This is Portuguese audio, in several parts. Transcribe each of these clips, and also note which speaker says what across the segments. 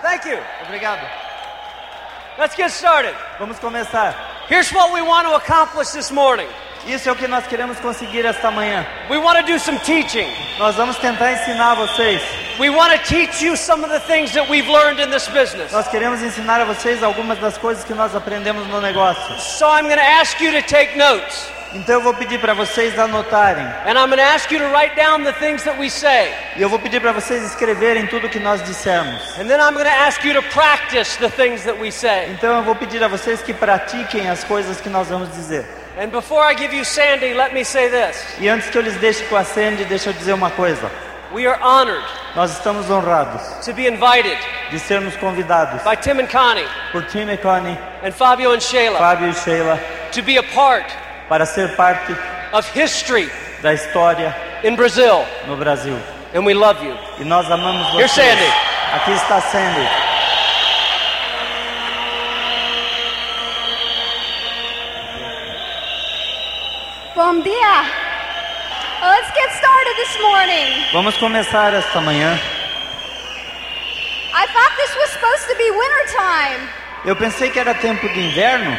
Speaker 1: Thank you.
Speaker 2: Obrigado.
Speaker 1: Let's get started.
Speaker 2: Vamos começar.
Speaker 1: Here's what we want to accomplish this morning.
Speaker 2: Isso é o que nós queremos conseguir esta manhã.
Speaker 1: We want to do some teaching.
Speaker 2: Nós vamos tentar ensinar vocês.
Speaker 1: We want to teach you some of the things that we've learned in this business.
Speaker 2: Nós queremos ensinar a vocês algumas das coisas que nós aprendemos no negócio.
Speaker 1: So I'm going to ask you to take notes.
Speaker 2: Então eu vou pedir para vocês anotarem.
Speaker 1: And I'm going to ask you to write down the things that we say.
Speaker 2: E eu vou pedir para vocês escreverem tudo o que nós dissemos.
Speaker 1: And then I'm going to ask you to practice the things that we say.
Speaker 2: Então eu vou pedir a vocês que pratiquem as coisas que nós vamos dizer.
Speaker 1: And before I give you Sandy, let me say this.
Speaker 2: E antes que eu lhes deixe com a Sandy, deixa eu dizer uma coisa.
Speaker 1: We are honored
Speaker 2: Nós estamos honrados
Speaker 1: to be invited
Speaker 2: de sermos convidados
Speaker 1: by Tim and Connie
Speaker 2: por Tim e Connie,
Speaker 1: and Fabio and Shayla
Speaker 2: Fábio e Sheila
Speaker 1: to be a part
Speaker 2: para ser parte
Speaker 1: of history
Speaker 2: da história
Speaker 1: in Brazil.
Speaker 2: no Brasil.
Speaker 1: And we love you.
Speaker 2: E nós amamos
Speaker 1: Here's
Speaker 2: vocês.
Speaker 1: Sandy.
Speaker 2: Aqui está Sandy.
Speaker 3: Bom dia. Uh, Let's get started this morning.
Speaker 2: Vamos começar esta manhã.
Speaker 3: I thought this was supposed to be winter time.
Speaker 2: Eu pensei que era tempo de inverno.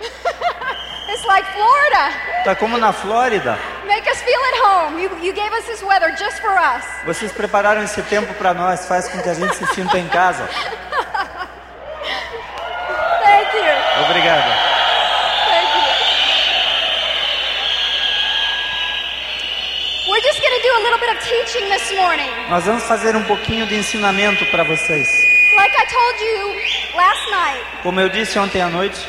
Speaker 3: It's like Florida.
Speaker 2: Tá como na Flórida.
Speaker 3: Make us feel at home. You, you gave us this weather just for us.
Speaker 2: Vocês prepararam esse tempo para nós, faz com que a gente se sinta em casa.
Speaker 3: Thank you.
Speaker 2: Obrigado.
Speaker 3: Thank you. We're just going to do a little bit of teaching this morning.
Speaker 2: Nós vamos fazer um pouquinho de ensinamento para vocês.
Speaker 3: Like I told you last night,
Speaker 2: Como eu disse ontem à noite,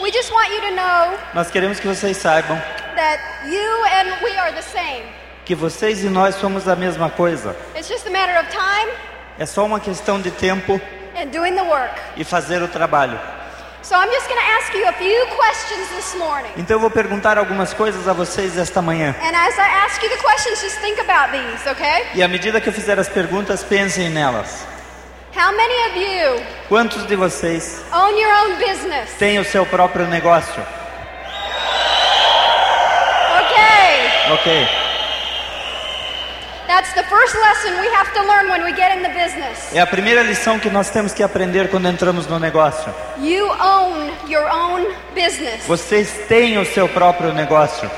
Speaker 3: we just want you to know
Speaker 2: nós queremos que vocês saibam
Speaker 3: that you and we are the same.
Speaker 2: que vocês e nós somos a mesma coisa.
Speaker 3: It's just a matter of time
Speaker 2: É só uma questão de tempo
Speaker 3: and doing the work.
Speaker 2: e fazer o trabalho.
Speaker 3: So I'm just going to ask you a few questions this morning.
Speaker 2: Então eu vou perguntar algumas coisas a vocês esta manhã.
Speaker 3: And as I ask you the questions, just think about these, okay?
Speaker 2: E à medida que eu fizer as perguntas, pensem nelas.
Speaker 3: How many of you
Speaker 2: Quantos de vocês
Speaker 3: own your own business?
Speaker 2: têm o seu próprio negócio?
Speaker 3: Okay.
Speaker 2: Ok.
Speaker 3: That's the first lesson we have to learn when we get in the business.
Speaker 2: É a primeira lição que nós temos que aprender quando entramos no negócio.
Speaker 3: You own your own business.
Speaker 2: Vocês têm o seu próprio negócio.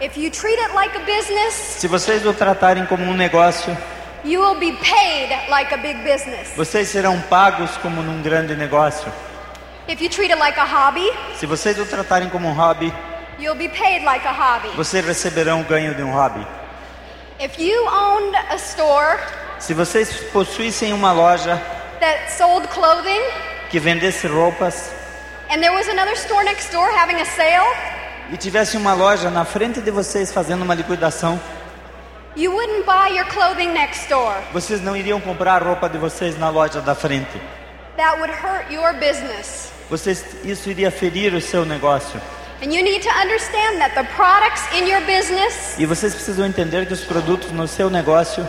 Speaker 3: If you treat it like a business,
Speaker 2: Se vocês o tratarem como um negócio,
Speaker 3: you will be paid like a big business.
Speaker 2: vocês serão pagos como num grande negócio.
Speaker 3: If you treat it like a hobby,
Speaker 2: Se vocês o tratarem como um hobby,
Speaker 3: you'll be paid like a hobby.
Speaker 2: vocês receberão o ganho de um hobby.
Speaker 3: If you owned a store
Speaker 2: Se vocês possuíssem uma loja
Speaker 3: that sold clothing
Speaker 2: que vendesse roupas
Speaker 3: and there was another store next door having a sale,
Speaker 2: e tivesse uma loja na frente de vocês fazendo uma liquidação,
Speaker 3: you wouldn't buy your clothing next door.
Speaker 2: vocês não iriam comprar a roupa de vocês na loja da frente.
Speaker 3: That would hurt your business.
Speaker 2: Vocês, isso iria ferir o seu negócio.
Speaker 3: And you need to understand that the products in your business
Speaker 2: E vocês precisam entender que os produtos no seu negócio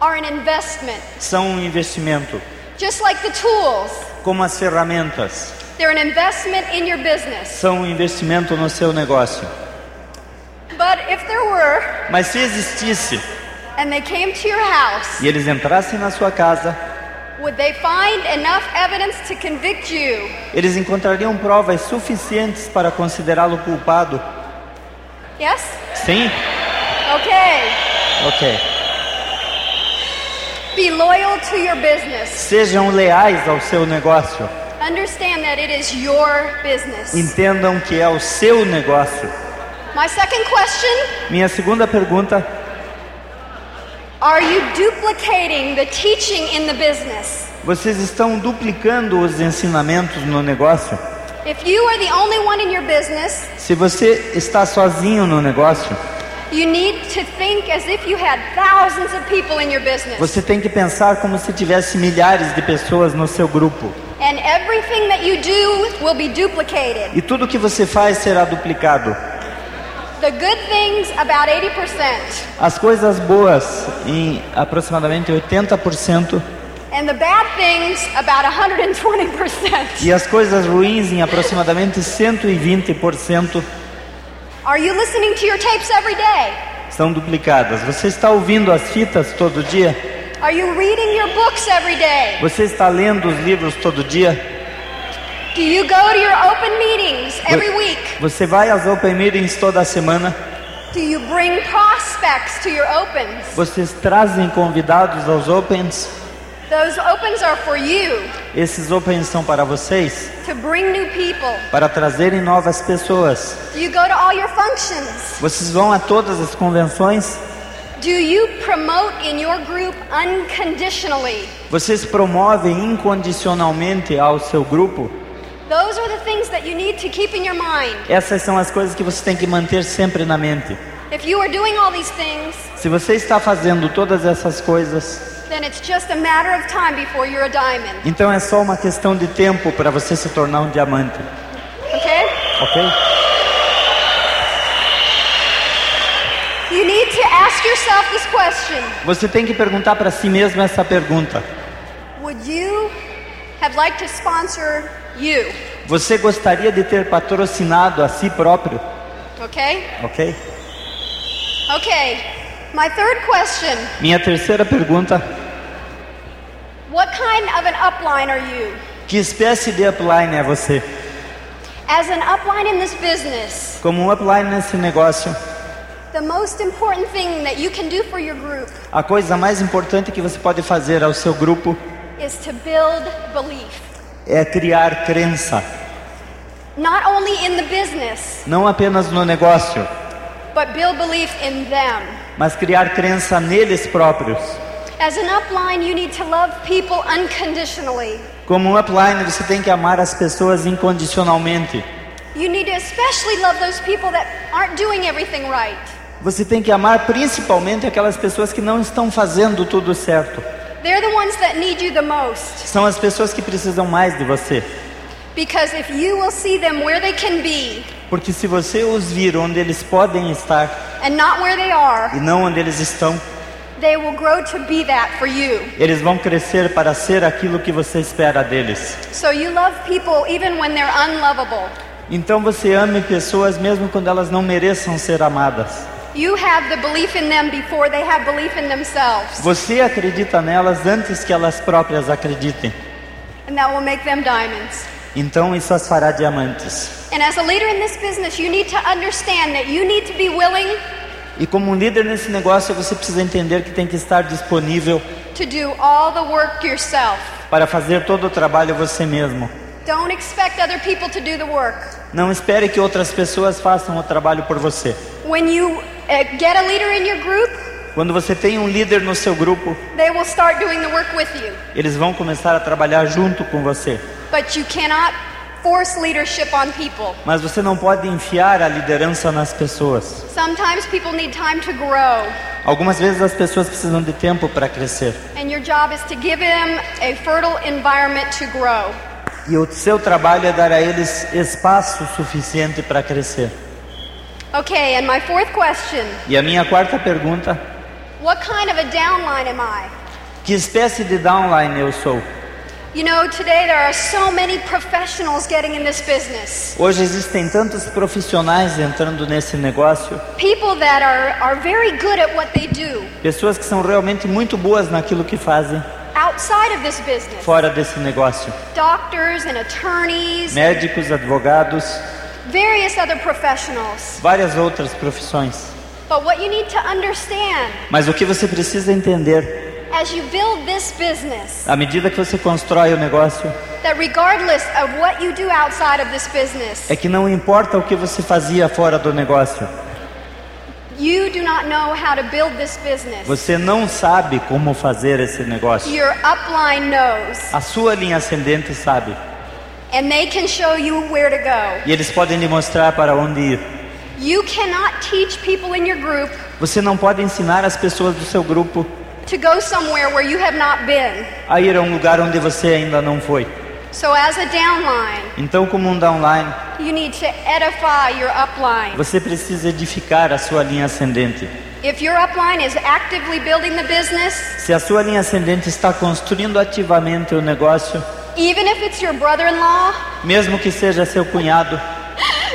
Speaker 3: are an investment.
Speaker 2: são um investimento,
Speaker 3: Just like the tools,
Speaker 2: como as ferramentas
Speaker 3: they're an investment in your business.
Speaker 2: são um investimento no seu negócio.
Speaker 3: But if there were,
Speaker 2: Mas se existisse
Speaker 3: and they came to your house,
Speaker 2: e eles entrassem na sua casa,
Speaker 3: would they find enough evidence to convict you?
Speaker 2: eles encontrariam provas suficientes para considerá-lo culpado?
Speaker 3: Yes?
Speaker 2: Sim?
Speaker 3: Okay.
Speaker 2: Ok.
Speaker 3: Be loyal to your business.
Speaker 2: Sejam leais ao seu negócio.
Speaker 3: Understand that it is your business.
Speaker 2: Entendam que é o seu negócio.
Speaker 3: My second question
Speaker 2: Minha segunda pergunta:
Speaker 3: are you duplicating the teaching in the business?
Speaker 2: vocês estão duplicando os ensinamentos no negócio?
Speaker 3: If you are the only one in your business,
Speaker 2: Se você está sozinho no negócio,
Speaker 3: you need to think as if you had thousands of people in your business.
Speaker 2: você tem que pensar como se tivesse milhares de pessoas no seu grupo.
Speaker 3: And everything that you do will be duplicated.
Speaker 2: E tudo que você faz será duplicado.
Speaker 3: The good things, about 80%,
Speaker 2: As coisas boas em aproximadamente 80%
Speaker 3: and the bad things, about 120%.
Speaker 2: e as coisas ruins em aproximadamente 120%
Speaker 3: Are you listening to your tapes every day?
Speaker 2: são duplicadas. Você está ouvindo as fitas todo dia?
Speaker 3: Are Are you reading your books every day?
Speaker 2: Você está lendo os livros todo dia?
Speaker 3: Do you go to your open meetings every week?
Speaker 2: Você vai às open meetings toda semana?
Speaker 3: Do you bring prospects to your opens?
Speaker 2: Vocês trazem convidados aos opens?
Speaker 3: Those opens are for you
Speaker 2: Esses opens são para vocês?
Speaker 3: to bring new people.
Speaker 2: Para trazerem novas pessoas.
Speaker 3: Do you go to all your functions?
Speaker 2: Vocês vão a todas as convenções?
Speaker 3: Do you promote in your group unconditionally?
Speaker 2: Vocês promovem incondicionalmente ao seu grupo?
Speaker 3: Those are the things that you need to keep in your mind.
Speaker 2: Essas são as coisas que você tem que manter sempre na mente.
Speaker 3: If you are doing all these things,
Speaker 2: Se você está fazendo todas essas coisas,
Speaker 3: then it's just a matter of time before you're a diamond,
Speaker 2: então é só uma questão de tempo para você se tornar um diamante,
Speaker 3: okay?
Speaker 2: ok?
Speaker 3: You need to ask yourself this question
Speaker 2: Você tem que perguntar para si mesmo essa pergunta:
Speaker 3: Would you have liked to sponsor you?
Speaker 2: Você gostaria de ter patrocinado a si próprio,
Speaker 3: Okay?
Speaker 2: ok?
Speaker 3: Okay. My third question
Speaker 2: Minha terceira pergunta:
Speaker 3: What kind of an upline are you?
Speaker 2: que espécie de upline é você?
Speaker 3: As an upline in this business,
Speaker 2: Como um upline nesse negócio,
Speaker 3: the most important thing that you can do for your group
Speaker 2: a coisa mais importante que você pode fazer ao seu grupo
Speaker 3: is to build belief,
Speaker 2: é criar crença,
Speaker 3: not only in the business,
Speaker 2: não apenas no negócio,
Speaker 3: but build belief in them.
Speaker 2: mas criar crença neles próprios.
Speaker 3: As an upline, you need to love people unconditionally.
Speaker 2: Como um upline, você tem que amar as pessoas incondicionalmente.
Speaker 3: You need to especially love those people that aren't doing everything right.
Speaker 2: Você tem que amar principalmente aquelas pessoas que não estão fazendo tudo certo.
Speaker 3: They're the ones that need you the most.
Speaker 2: São as pessoas que precisam mais de você.
Speaker 3: Because if you will see them where they can be
Speaker 2: Porque se você os vir onde eles podem estar
Speaker 3: and not where they are,
Speaker 2: e não onde eles estão,
Speaker 3: they will grow to be that for you.
Speaker 2: eles vão crescer para ser aquilo que você espera deles.
Speaker 3: So you love people even when they're unlovable.
Speaker 2: Então você ame pessoas mesmo quando elas não mereçam ser amadas.
Speaker 3: You have the belief in them before they have belief in themselves.
Speaker 2: Você acredita nelas antes que elas próprias acreditem.
Speaker 3: And that will make them diamonds.
Speaker 2: Então isso as fará diamantes.
Speaker 3: And as a leader in this business, you need to understand that you need to be willing
Speaker 2: E como um líder nesse negócio, você precisa entender que tem que estar disponível
Speaker 3: to do all the work yourself.
Speaker 2: para fazer todo o trabalho você mesmo.
Speaker 3: Don't expect other people to do the work.
Speaker 2: Não espere que outras pessoas façam o trabalho por você.
Speaker 3: When you uh, get a leader in your group,
Speaker 2: Quando você tem um líder no seu grupo,
Speaker 3: they will start doing the work with you.
Speaker 2: eles vão começar a trabalhar junto com você.
Speaker 3: But you cannot force leadership on people.
Speaker 2: Mas você não pode enfiar a liderança nas pessoas.
Speaker 3: Sometimes people need time to grow,
Speaker 2: Algumas vezes as pessoas precisam de tempo para crescer.
Speaker 3: and your job is to give them a fertile environment to grow.
Speaker 2: E o seu trabalho é dar a eles espaço suficiente para crescer.
Speaker 3: Okay, and my fourth question
Speaker 2: E a minha quarta pergunta:
Speaker 3: What kind of a downline am I?
Speaker 2: que espécie de downline eu sou?
Speaker 3: You know, today there are so many professionals getting in this business.
Speaker 2: Hoje existem tantos profissionais entrando nesse negócio,
Speaker 3: People that are, are very good at what they do
Speaker 2: pessoas que são realmente muito boas naquilo que fazem
Speaker 3: outside of this business.
Speaker 2: fora desse negócio.
Speaker 3: doctors and attorneys,
Speaker 2: Médicos, advogados,
Speaker 3: various other professionals.
Speaker 2: várias outras profissões.
Speaker 3: But what you need to understand
Speaker 2: Mas o que você precisa entender,
Speaker 3: as you build this business,
Speaker 2: à medida que você constrói o negócio,
Speaker 3: that regardless of what you do outside of this business,
Speaker 2: é que não importa o que você fazia fora do negócio,
Speaker 3: you do not know how to build this business.
Speaker 2: você não sabe como fazer esse negócio.
Speaker 3: Your upline knows,
Speaker 2: A sua linha ascendente sabe,
Speaker 3: and they can show you where to go.
Speaker 2: e eles podem lhe mostrar para onde ir.
Speaker 3: You cannot teach people in your group
Speaker 2: Você não pode ensinar as pessoas do seu grupo
Speaker 3: to go somewhere where you have not been.
Speaker 2: a ir a um lugar onde você ainda não foi.
Speaker 3: So, as a downline,
Speaker 2: Então, como um downline,
Speaker 3: you need to edify your upline.
Speaker 2: você precisa edificar a sua linha ascendente.
Speaker 3: If your upline is actively building the business,
Speaker 2: Se a sua linha ascendente está construindo ativamente o negócio,
Speaker 3: Even if it's your brother in law,
Speaker 2: mesmo que seja seu cunhado,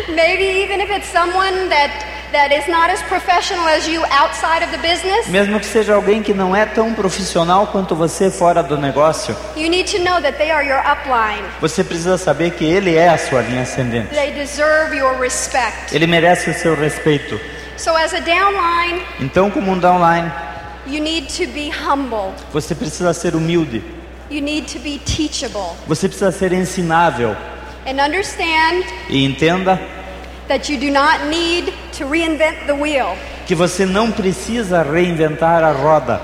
Speaker 3: maybe even if it's someone that that is not as professional as you outside of the business,
Speaker 2: Mesmo que seja alguém que não é tão profissional quanto você fora do negócio,
Speaker 3: you need to know that they are your upline.
Speaker 2: você precisa saber que ele é a sua linha ascendente.
Speaker 3: They deserve your respect.
Speaker 2: Ele merece o seu respeito.
Speaker 3: So, as a downline,
Speaker 2: Então, como um downline,
Speaker 3: you need to be humble,
Speaker 2: você precisa ser humilde,
Speaker 3: you need to be teachable,
Speaker 2: você precisa ser ensinável
Speaker 3: and understand
Speaker 2: e entenda
Speaker 3: that you do not need to reinvent the wheel.
Speaker 2: que você não precisa reinventar a roda.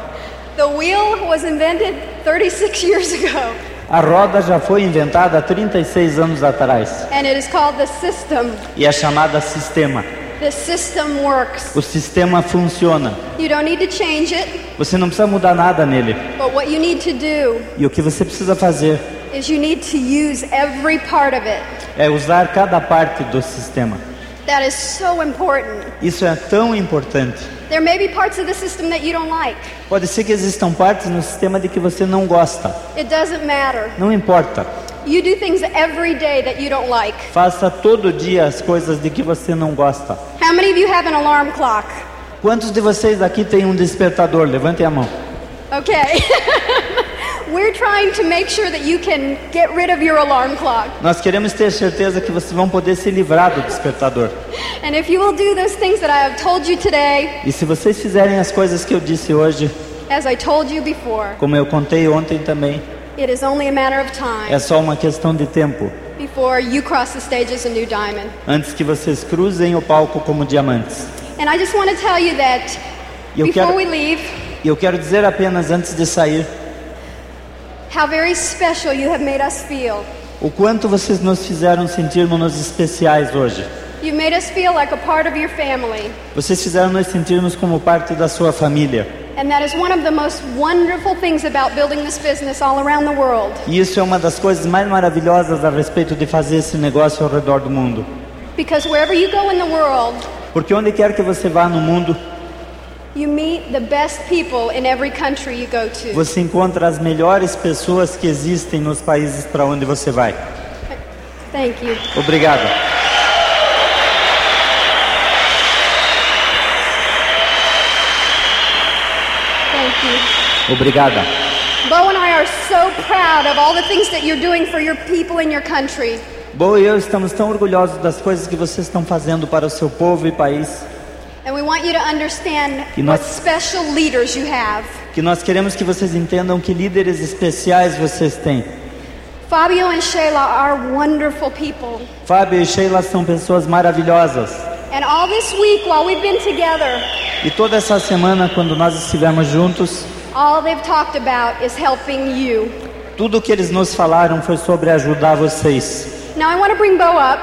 Speaker 3: The wheel was invented 36 years ago,
Speaker 2: A roda já foi inventada há 36 anos atrás
Speaker 3: and it is called the system.
Speaker 2: e é chamada sistema.
Speaker 3: The system works.
Speaker 2: O sistema funciona.
Speaker 3: You don't need to change it,
Speaker 2: Você não precisa mudar nada nele.
Speaker 3: but what you need to do
Speaker 2: E o que você precisa fazer
Speaker 3: is you need to use every part of it.
Speaker 2: é usar cada parte do sistema.
Speaker 3: That is so important.
Speaker 2: Isso é tão importante.
Speaker 3: There may be parts of the system that you don't like.
Speaker 2: Pode ser que existam partes no sistema de que você não gosta.
Speaker 3: It doesn't matter.
Speaker 2: Não importa.
Speaker 3: You do things every day that you don't like.
Speaker 2: Faça todo dia as coisas de que você não gosta.
Speaker 3: How many of you have an alarm clock?
Speaker 2: Quantos de vocês aqui têm um despertador? Levantem a mão.
Speaker 3: Okay. We're trying to make sure that you can get rid of your alarm clock.
Speaker 2: Nós queremos ter certeza que vocês vão poder se livrar do despertador.
Speaker 3: And if you will do those things that I have told you today,
Speaker 2: E se vocês fizerem as coisas que eu disse hoje,
Speaker 3: as I told you before,
Speaker 2: como eu contei ontem também,
Speaker 3: it is only a matter of
Speaker 2: é
Speaker 3: time
Speaker 2: só uma questão de tempo
Speaker 3: before you cross the stage as a new diamond.
Speaker 2: antes que vocês cruzem o palco como diamantes.
Speaker 3: And I just want to tell you that
Speaker 2: Eu
Speaker 3: before
Speaker 2: quero-
Speaker 3: we leave,
Speaker 2: E eu quero dizer apenas antes de sair
Speaker 3: how very special you have made us feel.
Speaker 2: o quanto vocês nos fizeram sentirmos especiais hoje.
Speaker 3: You've made us feel like a part of your family.
Speaker 2: Vocês fizeram nos sentirmos como parte da sua família.
Speaker 3: And that is one of the most wonderful things about building this business all around the world.
Speaker 2: E isso é uma das coisas mais maravilhosas a respeito de fazer esse negócio ao redor do mundo.
Speaker 3: Because wherever you go in the world,
Speaker 2: Porque onde quer que você vá no mundo,
Speaker 3: you meet the best people in every country you go to.
Speaker 2: você encontra as melhores pessoas que existem nos países para onde você vai.
Speaker 3: Thank you.
Speaker 2: Obrigado.
Speaker 3: Thank you.
Speaker 2: Obrigada.
Speaker 3: Bo and I are so proud of all the things that you're doing for your people in your country.
Speaker 2: Bo e eu estamos tão orgulhosos das coisas que vocês estão fazendo para o seu povo e país,
Speaker 3: And we want you to understand
Speaker 2: E
Speaker 3: what
Speaker 2: nós-
Speaker 3: special leaders you have.
Speaker 2: que nós queremos que vocês entendam que líderes especiais vocês têm.
Speaker 3: Fabio and Shayla are wonderful people.
Speaker 2: Fábio e Sheila são pessoas maravilhosas.
Speaker 3: And all this week, while we've been together,
Speaker 2: E toda essa semana, quando nós estivemos juntos,
Speaker 3: all they've talked about is helping you.
Speaker 2: tudo o que eles nos falaram foi sobre ajudar vocês.
Speaker 3: Now, I want to bring Bo up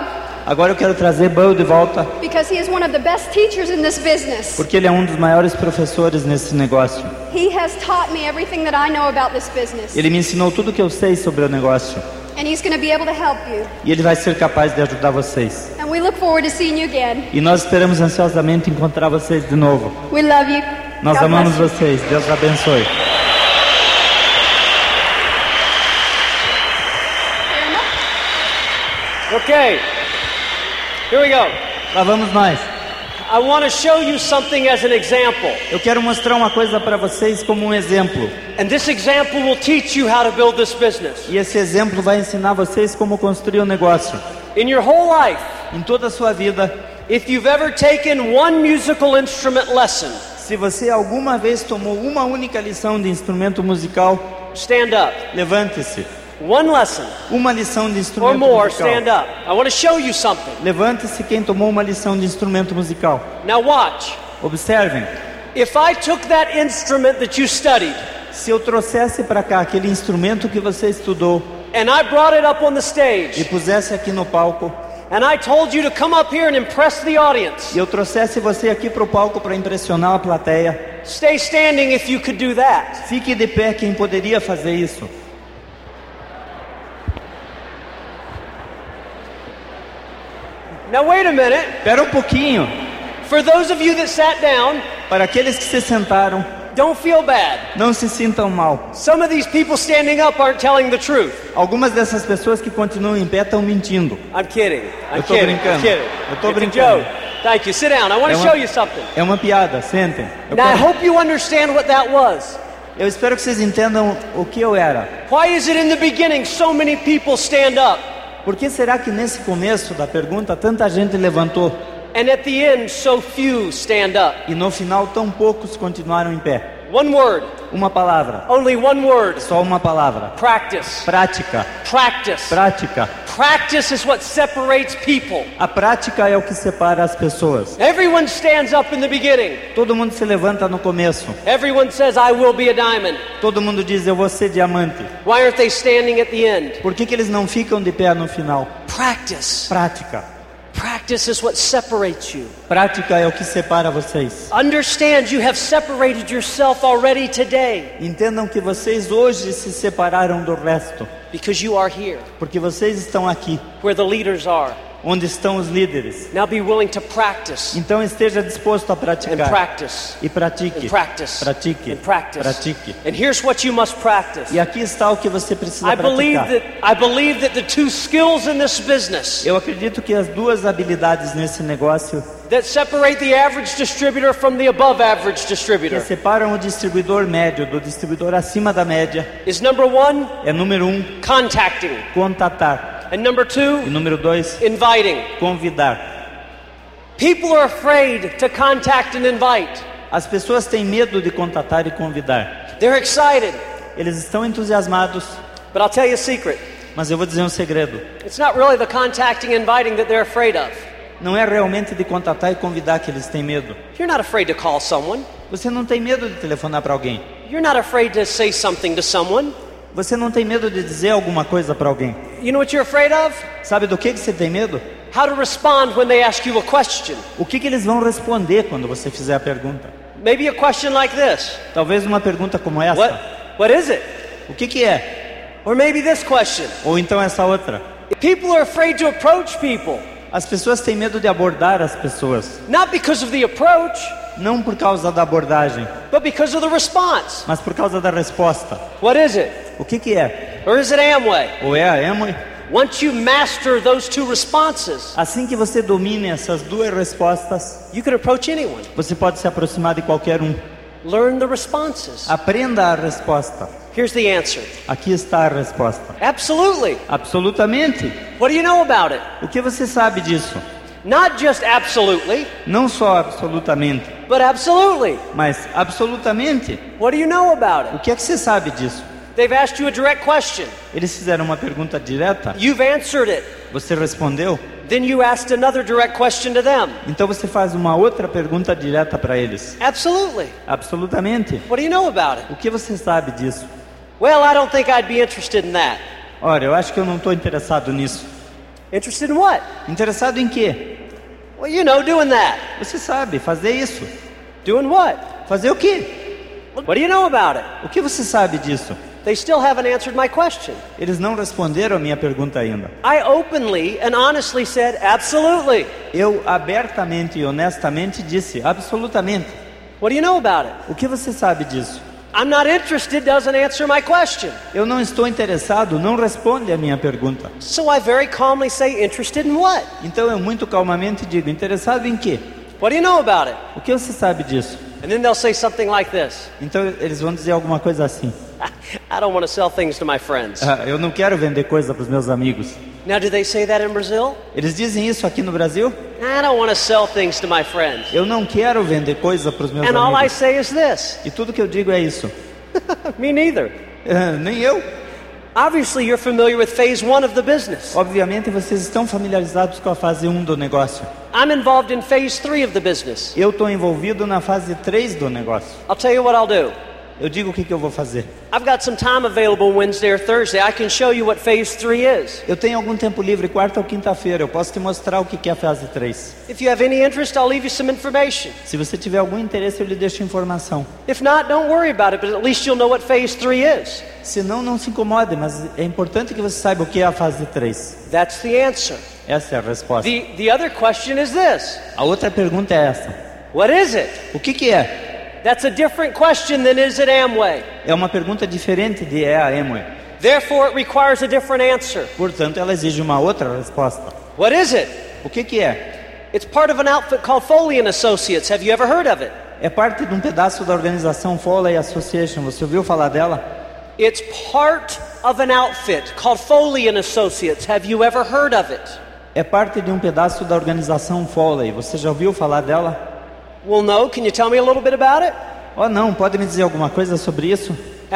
Speaker 2: Agora eu quero trazer Bo de volta,
Speaker 3: because he is one of the best teachers in this business.
Speaker 2: porque ele é um dos maiores professores nesse negócio.
Speaker 3: He has taught me everything that I know about this business,
Speaker 2: Ele me ensinou tudo o que eu sei sobre o negócio
Speaker 3: and he's going to be able to help you.
Speaker 2: e ele vai ser capaz de ajudar vocês.
Speaker 3: And we look forward to seeing you again.
Speaker 2: E nós esperamos ansiosamente encontrar vocês de novo.
Speaker 3: We love you.
Speaker 2: Nós
Speaker 3: God
Speaker 2: amamos
Speaker 3: bless you.
Speaker 2: vocês. Deus abençoe.
Speaker 1: Okay, here we go.
Speaker 2: Lá vamos nós.
Speaker 1: I want to show you something as an example,
Speaker 2: Eu quero mostrar uma coisa para vocês como um exemplo.
Speaker 1: and this example will teach you how to build this business.
Speaker 2: E esse exemplo vai ensinar vocês como construir um negócio.
Speaker 1: In your whole life,
Speaker 2: Em toda a sua vida,
Speaker 1: if you've ever taken one musical instrument lesson,
Speaker 2: se você alguma vez tomou uma única lição de instrumento musical,
Speaker 1: stand up.
Speaker 2: levante-se.
Speaker 1: One lesson
Speaker 2: Uma lição de
Speaker 1: or
Speaker 2: instrumento
Speaker 1: more, stand
Speaker 2: musical.
Speaker 1: up. I want to show you something.
Speaker 2: Levante-se quem tomou uma lição de instrumento musical.
Speaker 1: Now, watch.
Speaker 2: Observem.
Speaker 1: If I took that instrument that you studied
Speaker 2: Se eu trouxesse para cá aquele instrumento que você estudou
Speaker 1: and I brought it up on the
Speaker 2: e
Speaker 1: stage
Speaker 2: pusesse aqui no palco,
Speaker 1: and I told you to come up here and impress the audience,
Speaker 2: e eu trouxesse você aqui para o palco para impressionar a plateia,
Speaker 1: stay standing if you could do that.
Speaker 2: fique de pé quem poderia fazer isso.
Speaker 1: Now, wait a minute.
Speaker 2: Espera um pouquinho.
Speaker 1: For those of you that sat down,
Speaker 2: Para aqueles que se sentaram,
Speaker 1: don't feel bad.
Speaker 2: não se sintam mal.
Speaker 1: Some of these people standing up aren't telling the truth.
Speaker 2: Algumas dessas pessoas que continuam em pé estão mentindo.
Speaker 1: I'm kidding. I'm
Speaker 2: Eu tô
Speaker 1: kidding. I'm
Speaker 2: brincando.
Speaker 1: kidding.
Speaker 2: Eu tô
Speaker 1: It's a
Speaker 2: brincando.
Speaker 1: joke. Thank you. Sit down. I want
Speaker 2: É
Speaker 1: to show you
Speaker 2: uma,
Speaker 1: something.
Speaker 2: é uma piada, sentem. Eu,
Speaker 1: Now, I
Speaker 2: quero-
Speaker 1: hope you understand what that was.
Speaker 2: eu espero que vocês entendam o que eu era.
Speaker 1: Why is it in the beginning so many people stand up
Speaker 2: Por que será que nesse começo da pergunta tanta gente levantou
Speaker 1: and at the end so few stand up?
Speaker 2: e no final tão poucos continuaram em pé?
Speaker 1: One word,
Speaker 2: Uma palavra,
Speaker 1: only one word
Speaker 2: só uma palavra.
Speaker 1: practice.
Speaker 2: Prática,
Speaker 1: Practice.
Speaker 2: prática.
Speaker 1: Practice is what separates people.
Speaker 2: A prática é o que separa as pessoas.
Speaker 1: Everyone stands up in the beginning.
Speaker 2: Todo mundo se levanta no começo.
Speaker 1: Everyone says, I will be a diamond.
Speaker 2: Todo mundo diz eu vou ser diamante.
Speaker 1: Why aren't they standing at the end?
Speaker 2: Por que, que eles não ficam de pé no final?
Speaker 1: Practice.
Speaker 2: Prática.
Speaker 1: Practice is what separates you.
Speaker 2: Prática é o que separa vocês.
Speaker 1: Understand you have separated yourself already today
Speaker 2: Entendam que vocês hoje se separaram do resto,
Speaker 1: because you are here
Speaker 2: porque vocês estão aqui,
Speaker 1: where the leaders are.
Speaker 2: onde estão os líderes.
Speaker 1: Now be willing to practice
Speaker 2: Então esteja disposto a
Speaker 1: and
Speaker 2: praticar
Speaker 1: practice
Speaker 2: e pratique.
Speaker 1: and practice
Speaker 2: Pratique.
Speaker 1: and practice.
Speaker 2: Pratique.
Speaker 1: And here's what you must practice.
Speaker 2: E aqui está o que você precisa
Speaker 1: I believe
Speaker 2: praticar.
Speaker 1: that I believe that the two skills in this business
Speaker 2: Eu acredito que as duas habilidades nesse negócio
Speaker 1: that separate the average distributor from the above average
Speaker 2: que
Speaker 1: distributor
Speaker 2: separam o distribuidor médio do distribuidor acima da média
Speaker 1: is number 1
Speaker 2: é número um,
Speaker 1: contacting
Speaker 2: contatar
Speaker 1: and number
Speaker 2: e
Speaker 1: 2
Speaker 2: número dois,
Speaker 1: inviting.
Speaker 2: convidar.
Speaker 1: People are afraid to contact and invite.
Speaker 2: As pessoas têm medo de contatar e convidar.
Speaker 1: They're excited.
Speaker 2: Eles estão entusiasmados,
Speaker 1: But I'll tell you a secret.
Speaker 2: mas eu vou dizer um segredo.
Speaker 1: It's not really the contacting and inviting that they're afraid of.
Speaker 2: Não é realmente de contatar e convidar que eles têm medo.
Speaker 1: You're not afraid to call someone.
Speaker 2: Você não tem medo de telefonar para alguém.
Speaker 1: You're not afraid to say something to someone.
Speaker 2: Você não tem medo de dizer alguma coisa para alguém.
Speaker 1: You know what you're afraid of?
Speaker 2: Sabe do que, que você tem medo?
Speaker 1: How to respond when they ask you a question.
Speaker 2: O que, que eles vão responder quando você fizer a pergunta?
Speaker 1: Maybe a question like this
Speaker 2: Talvez uma pergunta como essa.
Speaker 1: What, what is it?
Speaker 2: O que, que é?
Speaker 1: Or maybe this question.
Speaker 2: Ou então essa outra.
Speaker 1: People are afraid to approach people,
Speaker 2: As pessoas têm medo de abordar as pessoas,
Speaker 1: not because of the approach,
Speaker 2: não por causa da abordagem,
Speaker 1: but because of the response.
Speaker 2: mas por causa da resposta.
Speaker 1: What is it?
Speaker 2: O que, que é?
Speaker 1: Or is it Amway?
Speaker 2: Ou é a Emily?
Speaker 1: Once you master those two responses,
Speaker 2: Assim que você domine essas duas respostas,
Speaker 1: you can approach anyone.
Speaker 2: você pode se aproximar de qualquer um.
Speaker 1: Learn the responses.
Speaker 2: Aprenda a resposta.
Speaker 1: Here's the answer.
Speaker 2: Aqui está a resposta.
Speaker 1: Absolutely.
Speaker 2: Absolutamente.
Speaker 1: What do you know about it?
Speaker 2: O que você sabe disso?
Speaker 1: Not just absolutely,
Speaker 2: Não só absolutamente,
Speaker 1: but absolutely.
Speaker 2: mas absolutamente.
Speaker 1: What do you know about
Speaker 2: O
Speaker 1: it?
Speaker 2: que é que você sabe disso?
Speaker 1: They've asked you a direct question.
Speaker 2: Eles fizeram uma pergunta direta,
Speaker 1: You've answered it.
Speaker 2: você respondeu,
Speaker 1: Then you asked another direct question to them.
Speaker 2: então você faz uma outra pergunta direta para eles.
Speaker 1: Absolutely.
Speaker 2: Absolutamente.
Speaker 1: What do you know about it?
Speaker 2: O que você sabe disso?
Speaker 1: Well, I don't think I'd be interested in that.
Speaker 2: Ora, eu acho que eu não estou interessado nisso.
Speaker 1: Interested in what?
Speaker 2: Interessado em quê?
Speaker 1: Well, you know, doing that.
Speaker 2: Você sabe, fazer isso.
Speaker 1: Doing what?
Speaker 2: Fazer o quê?
Speaker 1: What do you know about it?
Speaker 2: O que você sabe disso?
Speaker 1: They still haven't answered my question.
Speaker 2: Eles não responderam a minha pergunta ainda.
Speaker 1: I openly and honestly said, absolutely.
Speaker 2: Eu abertamente e honestamente disse, absolutamente.
Speaker 1: What do you know about it?
Speaker 2: O que você sabe disso?
Speaker 1: I'm not interested doesn't answer my question.
Speaker 2: Eu não estou interessado, não responde a minha pergunta.
Speaker 1: So I very calmly say, interested in what?
Speaker 2: Então eu muito calmamente digo, interessado em quê?
Speaker 1: What do you know about it?
Speaker 2: O que você sabe disso?
Speaker 1: And then they'll say something like this
Speaker 2: Então eles vão dizer alguma coisa assim.
Speaker 1: I don't want to sell things to my friends.
Speaker 2: "Ah, eu não quero vender coisa para os meus amigos.
Speaker 1: now, do they say that in Brazil?
Speaker 2: Eles dizem isso aqui no Brasil?
Speaker 1: I don't want to sell things to my friends.
Speaker 2: Eu não quero vender coisa para os meus
Speaker 1: And all I
Speaker 2: amigos.
Speaker 1: say is this
Speaker 2: E tudo que eu digo é isso.
Speaker 1: me neither.
Speaker 2: "Ah, nem eu.
Speaker 1: Obviously, you're familiar with phase one of the business.
Speaker 2: Obviamente vocês estão familiarizados com a fase 1 do negócio.
Speaker 1: I'm involved in phase three of the business.
Speaker 2: Eu estou envolvido na fase 3 do negócio.
Speaker 1: I'll tell you what I'll do.
Speaker 2: Eu digo o que, que eu vou fazer.
Speaker 1: I've got some time available Wednesday or Thursday. I can show you what phase three is.
Speaker 2: Eu tenho algum tempo livre quarta ou quinta-feira. Eu posso te mostrar o que, que é a fase 3.
Speaker 1: If you have any interest, I'll leave you some information.
Speaker 2: Se você tiver algum interesse, eu lhe deixo informação.
Speaker 1: If not, don't worry about it, but at least you'll know what phase three is.
Speaker 2: Se não, não se incomode, mas é importante que você saiba o que é a fase 3.
Speaker 1: That's the answer.
Speaker 2: Essa é a resposta.
Speaker 1: The, the other question is this
Speaker 2: A outra pergunta é essa.
Speaker 1: What is it?
Speaker 2: O que, que é?
Speaker 1: That's a different question than is it Amway.
Speaker 2: É uma pergunta diferente de é a Emue.
Speaker 1: Therefore, it requires a different answer.
Speaker 2: Portanto, ela exige uma outra resposta.
Speaker 1: What is it?
Speaker 2: O que, que é?
Speaker 1: It's part of an outfit called Foley and Associates. Have you ever heard of it?
Speaker 2: É parte de um pedaço da organização Foley Association. Você ouviu falar dela?
Speaker 1: It's part of an outfit called Foley and Associates. Have you ever heard of it?
Speaker 2: É parte de um pedaço da organização Foley. Você já ouviu falar dela?
Speaker 1: Well, no. Can you tell me a little bit about it?
Speaker 2: Oh, não. Pode me dizer alguma coisa sobre isso?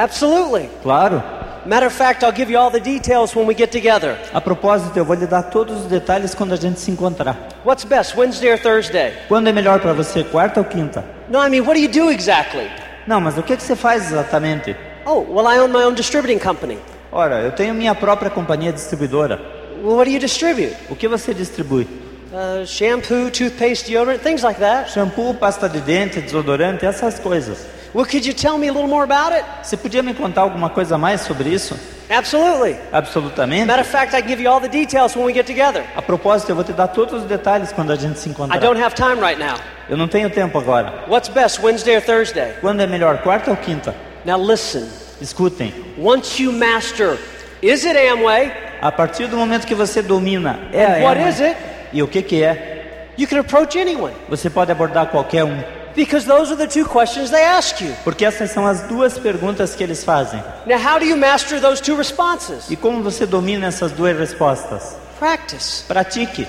Speaker 1: Absolutely.
Speaker 2: Claro.
Speaker 1: Matter of fact, I'll give you all the details when we get together.
Speaker 2: A propósito, eu vou lhe dar todos os detalhes quando a gente se encontrar.
Speaker 1: What's best, Wednesday or Thursday?
Speaker 2: Quando é melhor para você, quarta ou quinta?
Speaker 1: No, I mean, what do you do exactly?
Speaker 2: Não, mas o que, que você faz exatamente?
Speaker 1: Oh, well, I own my own distributing company.
Speaker 2: Ora, eu tenho minha própria companhia distribuidora.
Speaker 1: Well, what do you distribute?
Speaker 2: O que você distribui?
Speaker 1: Uh, shampoo, toothpaste, deodorant, things like that.
Speaker 2: Shampoo, pasta de dente, desodorante, essas coisas.
Speaker 1: Well, could you tell me a little more about it?
Speaker 2: Você podia me contar alguma coisa a mais sobre isso?
Speaker 1: Absolutely.
Speaker 2: Absolutamente.
Speaker 1: Matter of fact, I can give you all the details when we get together.
Speaker 2: A propósito, eu vou te dar todos os detalhes quando a gente se
Speaker 1: I
Speaker 2: encontrar.
Speaker 1: don't have time right now.
Speaker 2: Eu não tenho tempo agora.
Speaker 1: What's best, Wednesday or Thursday?
Speaker 2: Quando é melhor, quarta ou quinta?
Speaker 1: Now listen,
Speaker 2: Escutem.
Speaker 1: once you master, is it Amway?
Speaker 2: A partir do momento que você domina, é a
Speaker 1: What
Speaker 2: Emma.
Speaker 1: is it?
Speaker 2: E o que que é?
Speaker 1: You can approach anyone
Speaker 2: Você pode abordar qualquer um.
Speaker 1: because those are the two questions they ask you.
Speaker 2: Porque essas são as duas perguntas que eles fazem.
Speaker 1: Now, how do you master those two responses?
Speaker 2: E como você domina essas duas respostas?
Speaker 1: Practice.
Speaker 2: Pratique.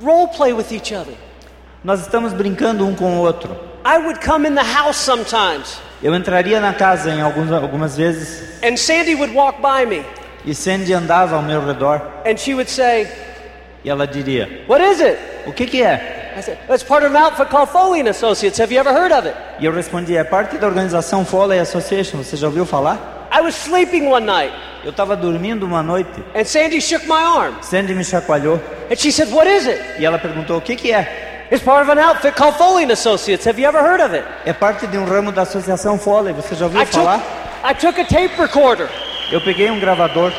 Speaker 1: Role play with each other.
Speaker 2: Nós estamos brincando um com o outro.
Speaker 1: I would come in the house sometimes,
Speaker 2: Eu entraria na casa em alguns, algumas vezes
Speaker 1: and Sandy would walk by me,
Speaker 2: e Sandy andava ao meu redor
Speaker 1: and she would say,
Speaker 2: e ela diria:
Speaker 1: What is it?
Speaker 2: O que que é?
Speaker 1: I said, It's part of an outfit called Foley and Associates. Have you ever heard of it?
Speaker 2: E eu respondia: É parte da organização Foley Association. Você já ouviu falar?
Speaker 1: I was sleeping one night,
Speaker 2: Eu estava dormindo uma noite.
Speaker 1: and Sandy shook my arm,
Speaker 2: Sandy me chacoalhou
Speaker 1: and she said, What is it?
Speaker 2: e ela perguntou: O que que é?
Speaker 1: It's part of an outfit called Foley and Associates. Have you ever heard of it?
Speaker 2: É parte de um ramo da associação Foley. Você já ouviu
Speaker 1: I took,
Speaker 2: falar?
Speaker 1: I took a tape recorder
Speaker 2: Eu peguei um gravador